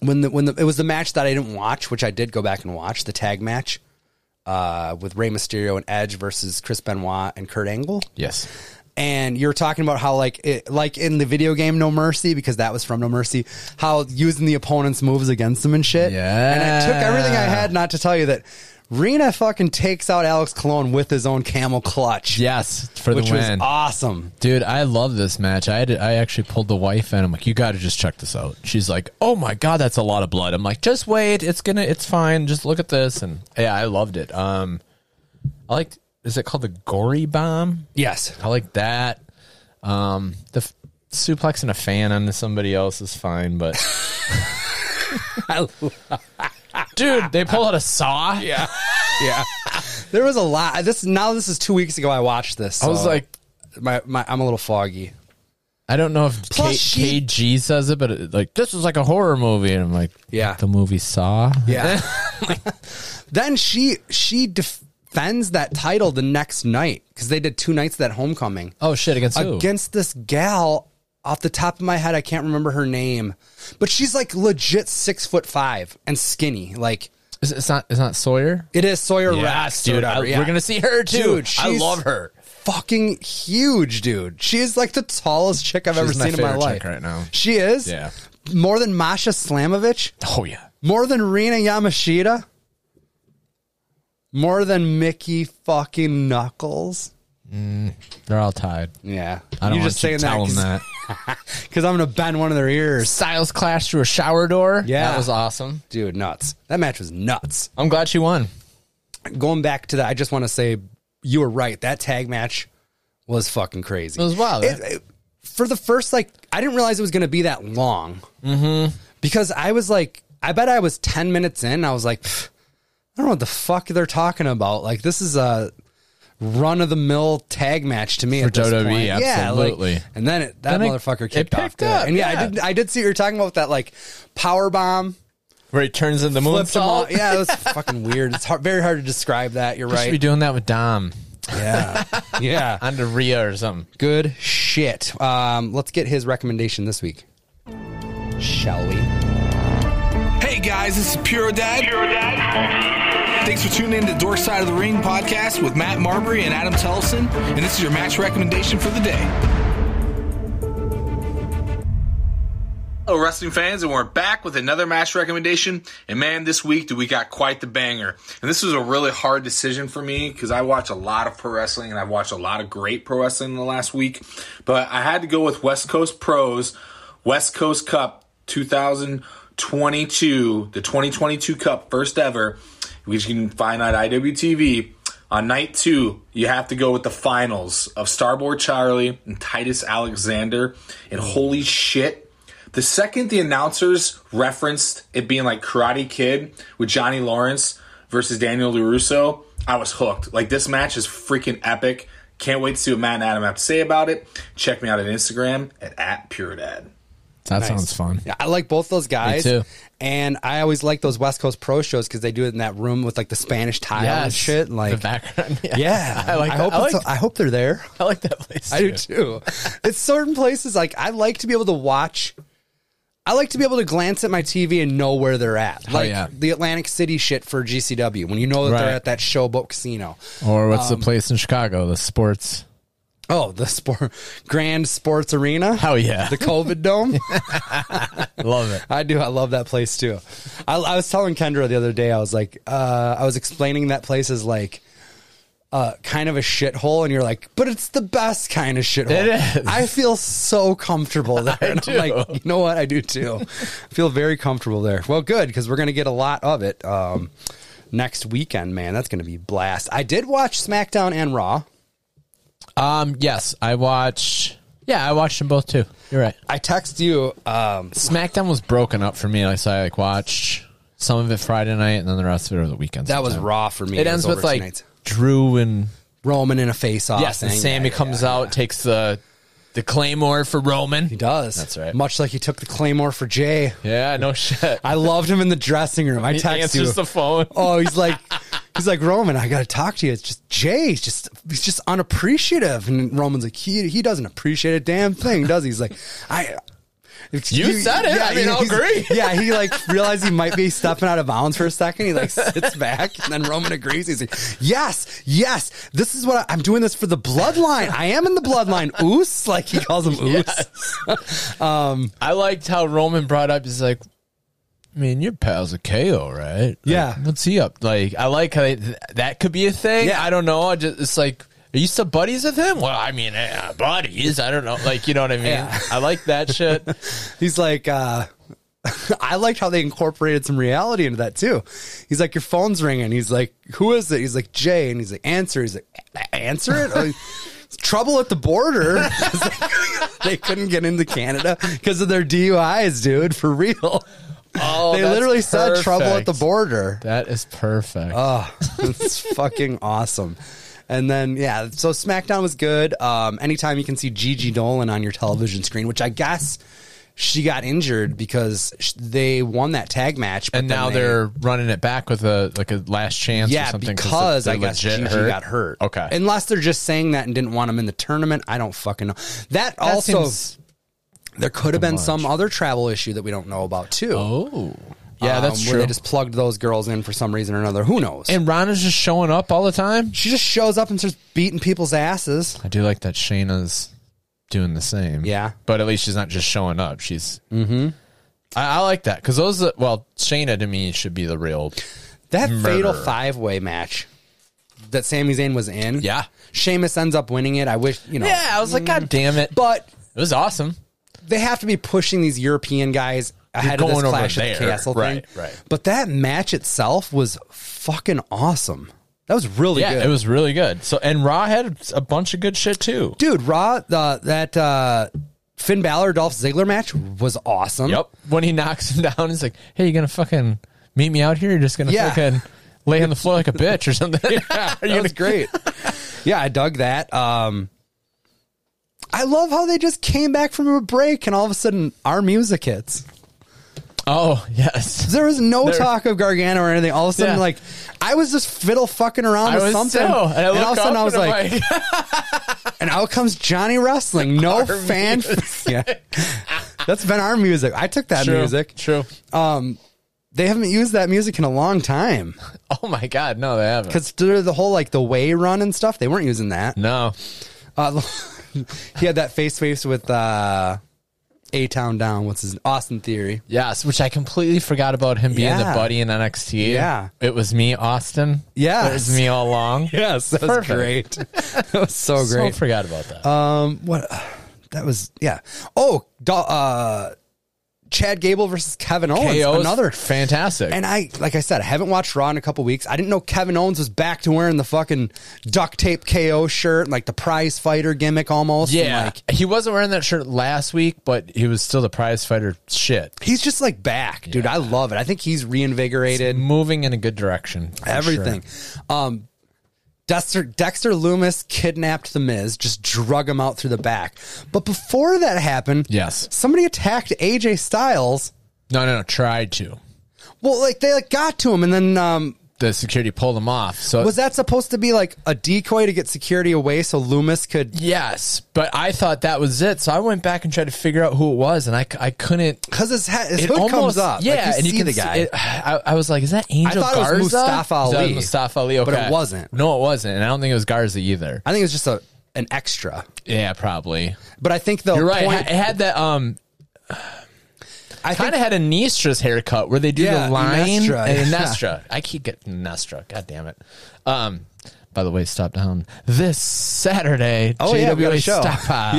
[SPEAKER 1] when the when the it was the match that I didn't watch, which I did go back and watch the tag match uh, with Rey Mysterio and Edge versus Chris Benoit and Kurt Angle.
[SPEAKER 2] Yes.
[SPEAKER 1] And you were talking about how like it, like in the video game No Mercy because that was from No Mercy, how using the opponent's moves against them and shit. And I took everything I
[SPEAKER 2] Yeah.
[SPEAKER 1] had not to tell you that Rena fucking takes out Alex Cologne with his own camel clutch.
[SPEAKER 2] Yes, for
[SPEAKER 1] Which
[SPEAKER 2] the
[SPEAKER 1] was
[SPEAKER 2] win.
[SPEAKER 1] awesome.
[SPEAKER 2] Dude, I love this match. I had, I actually pulled the wife and I'm like, you got to just check this out. She's like, oh my god, that's a lot of blood. I'm like, just wait, it's gonna, it's fine. Just look at this, and yeah, I loved it. Um, I liked. Is it called the gory bomb?
[SPEAKER 1] Yes.
[SPEAKER 2] I like that. Um, the f- suplex and a fan onto somebody else is fine, but dude, they pull out a saw. Yeah,
[SPEAKER 1] yeah. There was a lot. This now this is two weeks ago. I watched this.
[SPEAKER 2] I was
[SPEAKER 1] so
[SPEAKER 2] like,
[SPEAKER 1] my, my I'm a little foggy.
[SPEAKER 2] I don't know if
[SPEAKER 1] Plus she-
[SPEAKER 2] K- KG says it, but it, like this was like a horror movie, and I'm like,
[SPEAKER 1] Yeah.
[SPEAKER 2] the movie Saw.
[SPEAKER 1] Yeah. then she she defends that title the next night because they did two nights of that homecoming
[SPEAKER 2] Oh shit! Against who?
[SPEAKER 1] against this gal. Off the top of my head, I can't remember her name, but she's like legit six foot five and skinny. Like
[SPEAKER 2] It's, it's not. It's not Sawyer.
[SPEAKER 1] it is Sawyer Rask, or
[SPEAKER 2] dude. I-
[SPEAKER 1] whatever, yeah.
[SPEAKER 2] We're gonna see her too.
[SPEAKER 1] Dude,
[SPEAKER 2] I
[SPEAKER 1] she's-
[SPEAKER 2] love her.
[SPEAKER 1] fucking huge, dude. She is like the tallest chick I've ever
[SPEAKER 2] my
[SPEAKER 1] seen in my
[SPEAKER 2] favorite
[SPEAKER 1] life
[SPEAKER 2] chick right now.
[SPEAKER 1] She is.
[SPEAKER 2] Yeah.
[SPEAKER 1] More than Masha Slamovich.
[SPEAKER 2] Oh yeah.
[SPEAKER 1] More than Rena Yamashita. More than Mickey fucking Knuckles.
[SPEAKER 2] They're all tied.
[SPEAKER 1] Yeah.
[SPEAKER 2] I don't
[SPEAKER 1] You're
[SPEAKER 2] want
[SPEAKER 1] just saying
[SPEAKER 2] to tell them
[SPEAKER 1] that
[SPEAKER 2] that.
[SPEAKER 1] because I'm going to bend one of their ears.
[SPEAKER 2] Styles clash through a shower door.
[SPEAKER 1] Yeah.
[SPEAKER 2] that was awesome.
[SPEAKER 1] Dude, nuts. That match was nuts.
[SPEAKER 2] I'm glad she won.
[SPEAKER 1] Going back to that, I just want to say you were right. That tag match was fucking crazy.
[SPEAKER 2] It was wild. eh?
[SPEAKER 1] It- it- for the first, like, I didn't realize it was going to be that long. Mm-hmm. Because I was like, I bet I was 10 minutes in. I was like, "Pff, I don't know what the fuck they're talking about. Like, this is a run of the mill tag match to me for at this
[SPEAKER 2] WWE,
[SPEAKER 1] point. Yeah, like-
[SPEAKER 2] absolutely.
[SPEAKER 1] and then it, that
[SPEAKER 2] Then it-
[SPEAKER 1] motherfucker
[SPEAKER 2] it
[SPEAKER 1] kicked off
[SPEAKER 2] picked
[SPEAKER 1] good.
[SPEAKER 2] up,
[SPEAKER 1] and yeah, I
[SPEAKER 2] yeah.
[SPEAKER 1] did. I did see what you were talking about with that like power bomb.
[SPEAKER 2] Where he turns into
[SPEAKER 1] Flips them all.
[SPEAKER 2] moonsault.
[SPEAKER 1] Yeah, it was fucking weird. It's hard, very hard to describe that. You're
[SPEAKER 2] Should be
[SPEAKER 1] right.
[SPEAKER 2] doing that with Dom
[SPEAKER 1] Yeah, yeah.
[SPEAKER 2] onto Rhea or something.
[SPEAKER 1] Good shit. Um, let's get his recommendation this week. Shall we?
[SPEAKER 5] Hey guys, this is Pure Dad.
[SPEAKER 6] Pure Dad.
[SPEAKER 5] Thanks for tuning in to Dork Side of the Ring podcast with Matt Marbury and Adam Tellison, and this is your match recommendation for the day. Hello, wrestling fans, and we're back with another match recommendation. And man, this week we got quite the banger. And this was a really hard decision for me because I watch a lot of pro wrestling and I've watched a lot of great pro wrestling in the last week. But I had to go with West Coast Pros West Coast Cup 2022, the 2022 Cup, first ever, which you can find on IWTV. On night two, you have to go with the finals of Starboard Charlie and Titus Alexander. And holy shit, the second the announcers referenced it being like Karate Kid with Johnny Lawrence versus Daniel LaRusso, I was hooked. Like, this match is freaking epic. Can't wait to see what Matt and Adam have to say about it. Check me out on Instagram at, at PureDad.
[SPEAKER 2] That sounds fun.
[SPEAKER 1] Yeah, I like both those guys.
[SPEAKER 2] too.
[SPEAKER 1] And I always like those West Coast pro shows because they do it in that room with like the Spanish tile and
[SPEAKER 2] Yes.
[SPEAKER 1] shit. and, Like
[SPEAKER 2] the background. Yeah,
[SPEAKER 1] Yeah,
[SPEAKER 2] I like.
[SPEAKER 1] I
[SPEAKER 2] that.
[SPEAKER 1] hope
[SPEAKER 2] I,
[SPEAKER 1] it's-
[SPEAKER 2] like
[SPEAKER 1] I hope they're there.
[SPEAKER 2] I like that place.
[SPEAKER 1] I do too. it's certain places like I like to be able to watch. I like to be able to glance at my TV and know where they're at. Like
[SPEAKER 2] yeah.
[SPEAKER 1] the Atlantic City shit for GCW when you know that
[SPEAKER 2] Right.
[SPEAKER 1] they're at that Showboat Casino.
[SPEAKER 2] Or what's
[SPEAKER 1] Um,
[SPEAKER 2] the place in Chicago? The sports.
[SPEAKER 1] Oh, the sport Grand Sports Arena.
[SPEAKER 2] Oh yeah,
[SPEAKER 1] the COVID Dome.
[SPEAKER 2] love it.
[SPEAKER 1] I do. I love that place too. I, I was telling Kendra the other day. I was like, uh, I was explaining that place as like uh, kind of a shithole, and you're like, but it's the best kind of shithole.
[SPEAKER 2] It is.
[SPEAKER 1] I feel so comfortable there. and
[SPEAKER 2] do.
[SPEAKER 1] I'm like, you know what? I do too. I feel very comfortable there. Well, good because we're gonna get a lot of it um, next weekend, man. That's gonna be a blast. I did watch SmackDown and Raw.
[SPEAKER 2] Um, yes, I watch. Yeah, I watched them both too. You're right.
[SPEAKER 1] I text you. Um,
[SPEAKER 2] SmackDown was broken up for me. Like, so I like watched some of it Friday night, and then the rest of it over the weekend.
[SPEAKER 1] that was
[SPEAKER 2] sometime.
[SPEAKER 1] Raw for me.
[SPEAKER 2] It ends
[SPEAKER 1] was Ah,
[SPEAKER 2] with
[SPEAKER 1] over
[SPEAKER 2] like
[SPEAKER 1] tonight's.
[SPEAKER 2] Drew and
[SPEAKER 1] Roman in a face off.
[SPEAKER 2] yes, and Sammy comes out, takes the the claymore for Roman.
[SPEAKER 1] He does.
[SPEAKER 2] That's right.
[SPEAKER 1] Much like he took the claymore for Jay.
[SPEAKER 2] Yeah, no shit.
[SPEAKER 1] I loved him in the dressing room. I
[SPEAKER 2] He
[SPEAKER 1] text you.
[SPEAKER 2] answers the phone.
[SPEAKER 1] oh, he's like, he's like Roman. I gotta talk to you. It's just Jay. He's just he's just unappreciative. And Roman's like, he he doesn't appreciate a damn thing, does he? He's like, I.
[SPEAKER 2] You said it. I mean, I'll
[SPEAKER 1] he's-
[SPEAKER 2] agree.
[SPEAKER 1] Yeah, he like realized he might be stepping out of bounds for a second. He like sits back, and then Roman agrees. He's like, "Yes, yes, this is what I, am doing. This for the bloodline. I am in the bloodline." Oos, like he calls him Oos.
[SPEAKER 2] I liked how Roman brought up. He's like, I mean, your pal's a KO, right? Like,
[SPEAKER 1] Yeah.
[SPEAKER 2] what's he up? Like, I like how they, th- that could be a thing.
[SPEAKER 1] Yeah.
[SPEAKER 2] I don't know. I just it's like, are you still buddies with him? Well, I mean, eh, buddies. I don't know. Like, you know what I mean?
[SPEAKER 1] Yeah.
[SPEAKER 2] I like that shit.
[SPEAKER 1] He's like, uh, I liked how they incorporated some reality into that too. He's like, your phone's ringing. He's like, who is it? He's like, Jay. And he's like, answer. He's like, "A- answer it? Oh, it's trouble at the border. they couldn't get into Canada because of their DUIs, dude, for real.
[SPEAKER 2] Oh,
[SPEAKER 1] they
[SPEAKER 2] that's
[SPEAKER 1] literally said trouble at the
[SPEAKER 2] perfect.
[SPEAKER 1] border.
[SPEAKER 2] That is perfect.
[SPEAKER 1] Oh, it's fucking awesome. And then yeah, so SmackDown was good. Um, anytime you can see Gigi Dolan on your television screen, which I guess she got injured because sh- they won that tag match, but
[SPEAKER 2] and
[SPEAKER 1] then
[SPEAKER 2] now
[SPEAKER 1] they-
[SPEAKER 2] they, are running it back with a like a last chance. or
[SPEAKER 1] yeah
[SPEAKER 2] something
[SPEAKER 1] because
[SPEAKER 2] they're
[SPEAKER 1] I guess
[SPEAKER 2] legit
[SPEAKER 1] Gigi got hurt.
[SPEAKER 2] Okay,
[SPEAKER 1] unless they're just saying that and didn't want him in the tournament. I don't fucking know. That,
[SPEAKER 2] That
[SPEAKER 1] also
[SPEAKER 2] seems-
[SPEAKER 1] there could have been some other travel issue that we don't know about too.
[SPEAKER 2] oh yeah,
[SPEAKER 1] Um,
[SPEAKER 2] that's
[SPEAKER 1] Where
[SPEAKER 2] true.
[SPEAKER 1] they just plugged those girls in for some reason or another. Who knows?
[SPEAKER 2] and Ronda's just showing up all the time.
[SPEAKER 1] she just shows up and starts beating people's asses.
[SPEAKER 2] I do like that Shayna's doing the same.
[SPEAKER 1] Yeah.
[SPEAKER 2] But at least she's not just showing up. She's. Mm-hmm. I, I like that because those, are- well, Shayna to me should be the real.
[SPEAKER 1] That fatal
[SPEAKER 2] Murderer.
[SPEAKER 1] five way match that Sami Zayn was in.
[SPEAKER 2] Yeah.
[SPEAKER 1] Sheamus ends up winning it. I wish, you know.
[SPEAKER 2] Yeah, I was like, God damn it!
[SPEAKER 1] Mm.
[SPEAKER 2] But
[SPEAKER 1] But
[SPEAKER 2] it was awesome.
[SPEAKER 1] they have to be pushing these European guys ahead of
[SPEAKER 2] going
[SPEAKER 1] this
[SPEAKER 2] over
[SPEAKER 1] Clash of the
[SPEAKER 2] there.
[SPEAKER 1] Castle
[SPEAKER 2] Right,
[SPEAKER 1] thing.
[SPEAKER 2] right.
[SPEAKER 1] But that match itself was fucking awesome. That was really
[SPEAKER 2] Yeah,
[SPEAKER 1] good.
[SPEAKER 2] it was really good. So and Raw had a bunch of good shit too.
[SPEAKER 1] Dude, Raw, the, that uh, Finn Balor Dolph Ziggler match was awesome.
[SPEAKER 2] Yep. When he knocks him down, he's like, "Hey, you gonna fucking meet me out here? You're just gonna
[SPEAKER 1] Yeah.
[SPEAKER 2] fucking lay on the floor like a bitch or something?" yeah,
[SPEAKER 1] That was great. yeah, I dug that. Um, I love how they just came back from a break and all of a sudden our music hits.
[SPEAKER 2] Oh yes.
[SPEAKER 1] There was no
[SPEAKER 2] There-
[SPEAKER 1] talk of Gargano or anything. All of a sudden,
[SPEAKER 2] Yeah.
[SPEAKER 1] like I was just fiddle fucking around
[SPEAKER 2] I
[SPEAKER 1] with
[SPEAKER 2] was
[SPEAKER 1] something,
[SPEAKER 2] too. And I
[SPEAKER 1] and all of
[SPEAKER 2] looked
[SPEAKER 1] a sudden
[SPEAKER 2] up
[SPEAKER 1] I was
[SPEAKER 2] and I'm
[SPEAKER 1] like, and out comes Johnny Wrestling. No
[SPEAKER 2] Our
[SPEAKER 1] fan. yeah, that's been our music. I took that
[SPEAKER 2] True,
[SPEAKER 1] music. Um,
[SPEAKER 2] True.
[SPEAKER 1] They haven't used that music in a long time
[SPEAKER 2] Oh my god, no, they haven't.
[SPEAKER 1] because the whole like the way run and stuff. They weren't using that.
[SPEAKER 2] No.
[SPEAKER 1] Uh, he had that face face with uh, A Town Down. What's his Austin Theory?
[SPEAKER 2] Yes, which I completely forgot about him being
[SPEAKER 1] Yeah.
[SPEAKER 2] the buddy in NXT.
[SPEAKER 1] Yeah.
[SPEAKER 2] It was me, Austin.
[SPEAKER 1] Yes.
[SPEAKER 2] It was me all along.
[SPEAKER 1] Yes, that was
[SPEAKER 2] Perfect.
[SPEAKER 1] great. that was so
[SPEAKER 2] So
[SPEAKER 1] great. Oh,
[SPEAKER 2] forgot about that.
[SPEAKER 1] what that was yeah oh Do- uh chad gable versus kevin owens
[SPEAKER 2] KO 's
[SPEAKER 1] another
[SPEAKER 2] fantastic.
[SPEAKER 1] and i like i said i haven't watched raw in a couple weeks i didn't know kevin owens was back to wearing the fucking duct tape ko shirt and like the prize fighter gimmick almost and,
[SPEAKER 2] yeah.
[SPEAKER 1] like
[SPEAKER 2] he wasn't wearing that shirt last week, but he was still the prize fighter shit.
[SPEAKER 1] he's just like back dude i love it i think he's reinvigorated
[SPEAKER 2] Moving in a good direction. for
[SPEAKER 1] everything
[SPEAKER 2] sure.
[SPEAKER 1] um Dexter, Dexter Loomis kidnapped the Miz, just drug him out through the back. But before that happened,
[SPEAKER 2] Yes.
[SPEAKER 1] somebody attacked AJ Styles
[SPEAKER 2] No, no, no. Tried to.
[SPEAKER 1] Well, like they like got to him, and then um,
[SPEAKER 2] The security pulled him off. So
[SPEAKER 1] was that supposed to be like a decoy to get security away so Loomis could?
[SPEAKER 2] Yes, but I thought that was it. So I went back and tried to figure out who it was, and I, c- I couldn't.
[SPEAKER 1] Because his, ha- his hood comes up,
[SPEAKER 2] Yeah,
[SPEAKER 1] like, you
[SPEAKER 2] and
[SPEAKER 1] see
[SPEAKER 2] you can
[SPEAKER 1] the guy.
[SPEAKER 2] See it, I, I was like, is that Angel
[SPEAKER 1] thought it was
[SPEAKER 2] Garza?
[SPEAKER 1] Mustafa
[SPEAKER 2] Is that
[SPEAKER 1] Ali.
[SPEAKER 2] Mustafa Ali.
[SPEAKER 1] But it
[SPEAKER 2] okay.
[SPEAKER 1] wasn't.
[SPEAKER 2] No, it wasn't, and I don't think it was Garza either.
[SPEAKER 1] I think it's just a an extra,
[SPEAKER 2] Yeah, probably.
[SPEAKER 1] but I think the
[SPEAKER 2] You're right.
[SPEAKER 1] point.
[SPEAKER 2] It had that. Um,
[SPEAKER 1] I think
[SPEAKER 2] kind of had a Nistra's haircut where they do
[SPEAKER 1] Yeah,
[SPEAKER 2] the line
[SPEAKER 1] Nestra,
[SPEAKER 2] and
[SPEAKER 1] yeah.
[SPEAKER 2] Nestra. I keep getting Nestra. God damn it. Um, by the way, stop down this Saturday.
[SPEAKER 1] Oh yeah, we got a
[SPEAKER 2] JWA
[SPEAKER 1] show.
[SPEAKER 2] Stockpile.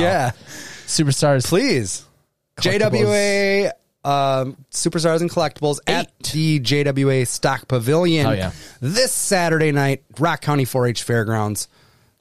[SPEAKER 1] Yeah,
[SPEAKER 2] superstars.
[SPEAKER 1] please. JWA um, Superstars and Collectibles at
[SPEAKER 2] Eight.
[SPEAKER 1] the JWA Stock Pavilion
[SPEAKER 2] Oh, yeah.
[SPEAKER 1] this Saturday night, Rock County 4-H Fairgrounds.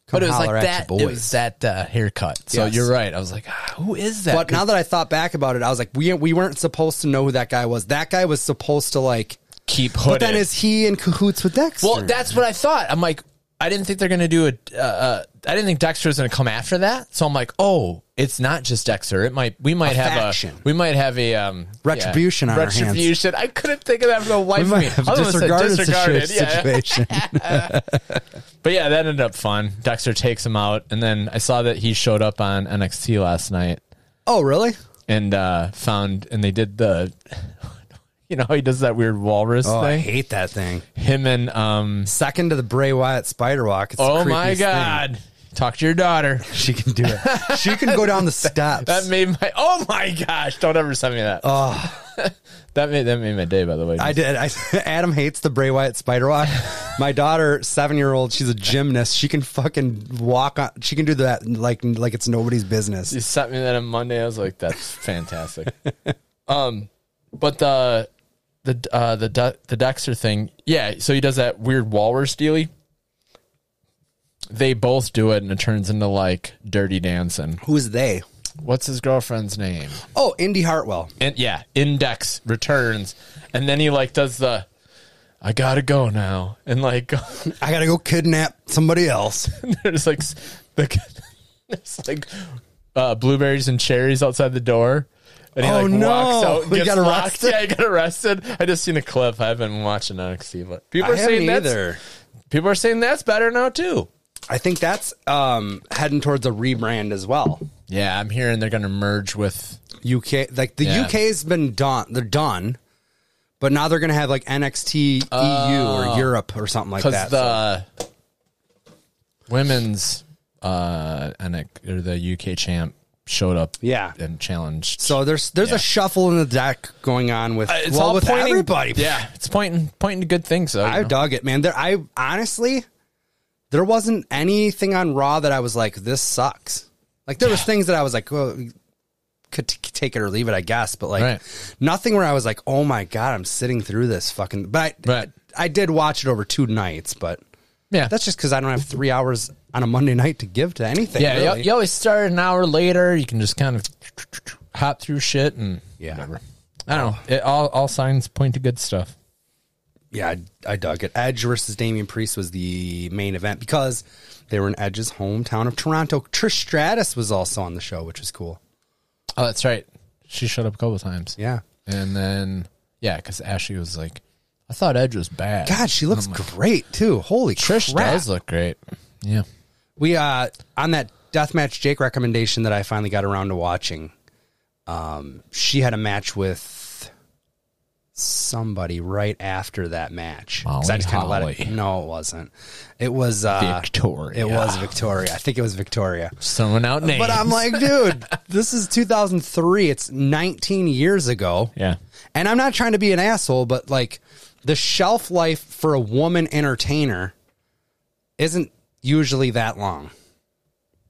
[SPEAKER 1] Come
[SPEAKER 2] But it was
[SPEAKER 1] holler
[SPEAKER 2] like
[SPEAKER 1] at
[SPEAKER 2] that.
[SPEAKER 1] your
[SPEAKER 2] It
[SPEAKER 1] boys.
[SPEAKER 2] was that uh, haircut. So
[SPEAKER 1] Yes.
[SPEAKER 2] you're right. I was like, ah, who is that?
[SPEAKER 1] But now that I thought back about it, I was like, we we weren't supposed to know who that guy was. That guy was supposed to like.
[SPEAKER 2] keep
[SPEAKER 1] But
[SPEAKER 2] hooded.
[SPEAKER 1] then is he in cahoots with Dexter?
[SPEAKER 2] Well, that's what I thought. I'm like, I didn't think they're going to do a. Uh, uh, I didn't think Dexter was going to come after that. So I'm like, oh, it's not just Dexter. It might. We might
[SPEAKER 1] A
[SPEAKER 2] have
[SPEAKER 1] faction.
[SPEAKER 2] a. We might have a um,
[SPEAKER 1] Retribution
[SPEAKER 2] yeah,
[SPEAKER 1] on our hands.
[SPEAKER 2] retribution. I couldn't think of that for the life
[SPEAKER 1] we
[SPEAKER 2] of
[SPEAKER 1] might
[SPEAKER 2] me.
[SPEAKER 1] have
[SPEAKER 2] I almost said
[SPEAKER 1] disregarded, situa-
[SPEAKER 2] disregarded, Yeah.
[SPEAKER 1] situation.
[SPEAKER 2] But yeah, that ended up fun. Dexter takes him out, and then I saw that he showed up on NXT last night
[SPEAKER 1] oh, really?
[SPEAKER 2] and uh, found, and they did the. You know how he does that weird walrus
[SPEAKER 1] Oh, I
[SPEAKER 2] thing.
[SPEAKER 1] hate that thing.
[SPEAKER 2] Him and um.
[SPEAKER 1] Second to the Bray Wyatt spider walk. It's the
[SPEAKER 2] Oh
[SPEAKER 1] creepiest
[SPEAKER 2] my
[SPEAKER 1] thing.
[SPEAKER 2] god! Talk to your daughter.
[SPEAKER 1] She can do it. She can go down the steps.
[SPEAKER 2] That made my oh my gosh! Don't ever send me that. Oh, that made that made my day. By the way,
[SPEAKER 1] I did. I, Adam hates the Bray Wyatt spider walk. My daughter, seven year old, she's a gymnast. She can fucking walk on. She can do that like like it's nobody's business.
[SPEAKER 2] you sent me that on Monday. I was like, that's fantastic. um, but the the uh the De- the Dexter thing, yeah. So he does that weird walrus dealy. They both do it, and it turns into like dirty dancing.
[SPEAKER 1] Who's they?
[SPEAKER 2] What's his girlfriend's name?
[SPEAKER 1] Oh, Indy Hartwell.
[SPEAKER 2] and yeah, index returns, and then he like does the, I gotta go now, and like
[SPEAKER 1] I gotta go kidnap somebody else.
[SPEAKER 2] there's like s- the there's like uh, blueberries and cherries outside the door, and he
[SPEAKER 1] Oh,
[SPEAKER 2] like
[SPEAKER 1] no.
[SPEAKER 2] walks out, and
[SPEAKER 1] He
[SPEAKER 2] gets
[SPEAKER 1] got
[SPEAKER 2] locked.
[SPEAKER 1] arrested?
[SPEAKER 2] Yeah, he got arrested. I just seen a clip. I haven't been watching NXT, but people are saying that's people are saying that's better now too.
[SPEAKER 1] I think that's um, heading towards a rebrand as well.
[SPEAKER 2] Yeah, I'm hearing they're gonna merge with
[SPEAKER 1] UK, like the
[SPEAKER 2] Yeah.
[SPEAKER 1] UK's been done. They're done, but now they're gonna have like NXT EU or E Europe or something like that.
[SPEAKER 2] because Oh. the women's uh and it, or the UK champ showed up
[SPEAKER 1] Yeah.
[SPEAKER 2] and challenged
[SPEAKER 1] So there's there's
[SPEAKER 2] Yeah.
[SPEAKER 1] a shuffle in the deck going on with
[SPEAKER 2] Uh, it's
[SPEAKER 1] well
[SPEAKER 2] all
[SPEAKER 1] with
[SPEAKER 2] pointing,
[SPEAKER 1] everybody.
[SPEAKER 2] yeah it's pointing pointing to good things though you
[SPEAKER 1] I
[SPEAKER 2] know?
[SPEAKER 1] dug it, man. There, I honestly, there wasn't anything on Raw that I was like, this sucks. Like there was things that I was like, well, could t- take it or leave it, I guess. But like
[SPEAKER 2] Right.
[SPEAKER 1] nothing where I was like, oh my god, I'm sitting through this fucking. But I,
[SPEAKER 2] Right.
[SPEAKER 1] I did watch it over two nights, but
[SPEAKER 2] yeah
[SPEAKER 1] that's just because I don't have three hours on a Monday night to give to anything.
[SPEAKER 2] yeah you-
[SPEAKER 1] really.
[SPEAKER 2] you, always start an hour later you can just kind of hop through shit and
[SPEAKER 1] Yeah.
[SPEAKER 2] whatever. I don't know it, all all signs point to good stuff
[SPEAKER 1] yeah, I, I dug it. Edge versus Damian Priest was the main event because they were in Edge's hometown of Toronto. Trish Stratus was also on the show, which was cool.
[SPEAKER 2] oh that's right she showed up a couple times
[SPEAKER 1] Yeah.
[SPEAKER 2] and then yeah because Ashley was like I thought Edge was bad
[SPEAKER 1] God, she looks great too. Holy
[SPEAKER 2] Trish
[SPEAKER 1] crap.
[SPEAKER 2] Oh does look great yeah.
[SPEAKER 1] We uh on that deathmatch Jake recommendation that I finally got around to watching. Um, she had a match with somebody right after that match. 'Cause I
[SPEAKER 2] Molly
[SPEAKER 1] just kinda let it-
[SPEAKER 2] Holly.
[SPEAKER 1] No, it wasn't. It was uh,
[SPEAKER 2] Victoria.
[SPEAKER 1] It was Victoria. I think it was Victoria.
[SPEAKER 2] throwing out names.
[SPEAKER 1] But I'm like, dude, this is 2003. It's 19 years ago.
[SPEAKER 2] yeah,
[SPEAKER 1] And I'm not trying to be an asshole, but like the shelf life for a woman entertainer isn't usually that long.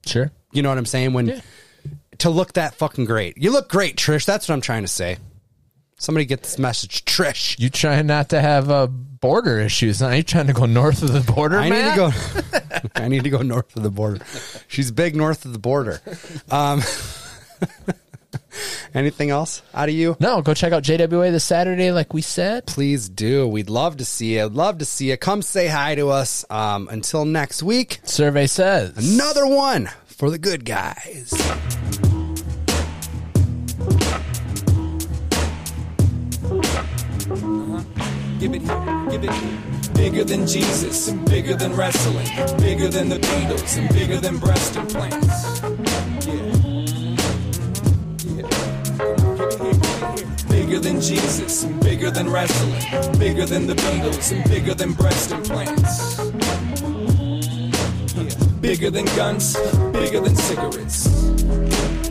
[SPEAKER 2] sure.
[SPEAKER 1] You know what I'm saying? When to look that fucking great. You look great, Trish. That's what I'm trying to say. Somebody get this message, Trish.
[SPEAKER 2] You trying not to have uh, border issues? Now you trying to go north of the border?
[SPEAKER 1] I need
[SPEAKER 2] Matt?
[SPEAKER 1] to go. I need to go north of the border. She's big north of the border. Um, anything else out of you?
[SPEAKER 2] No, go check out JWA this Saturday, like we said.
[SPEAKER 1] Please do. We'd love to see you. Love to see you. Come say hi to us. Um, until next week.
[SPEAKER 2] Survey says
[SPEAKER 1] another one for the good guys.
[SPEAKER 7] Give it, give it. Bigger than Jesus and bigger than wrestling, bigger than the Beatles and bigger than breast implants. Yeah. Yeah. Bigger than Jesus and bigger than wrestling, bigger than the Beatles and bigger than breast implants. Yeah. Bigger than guns, bigger than cigarettes.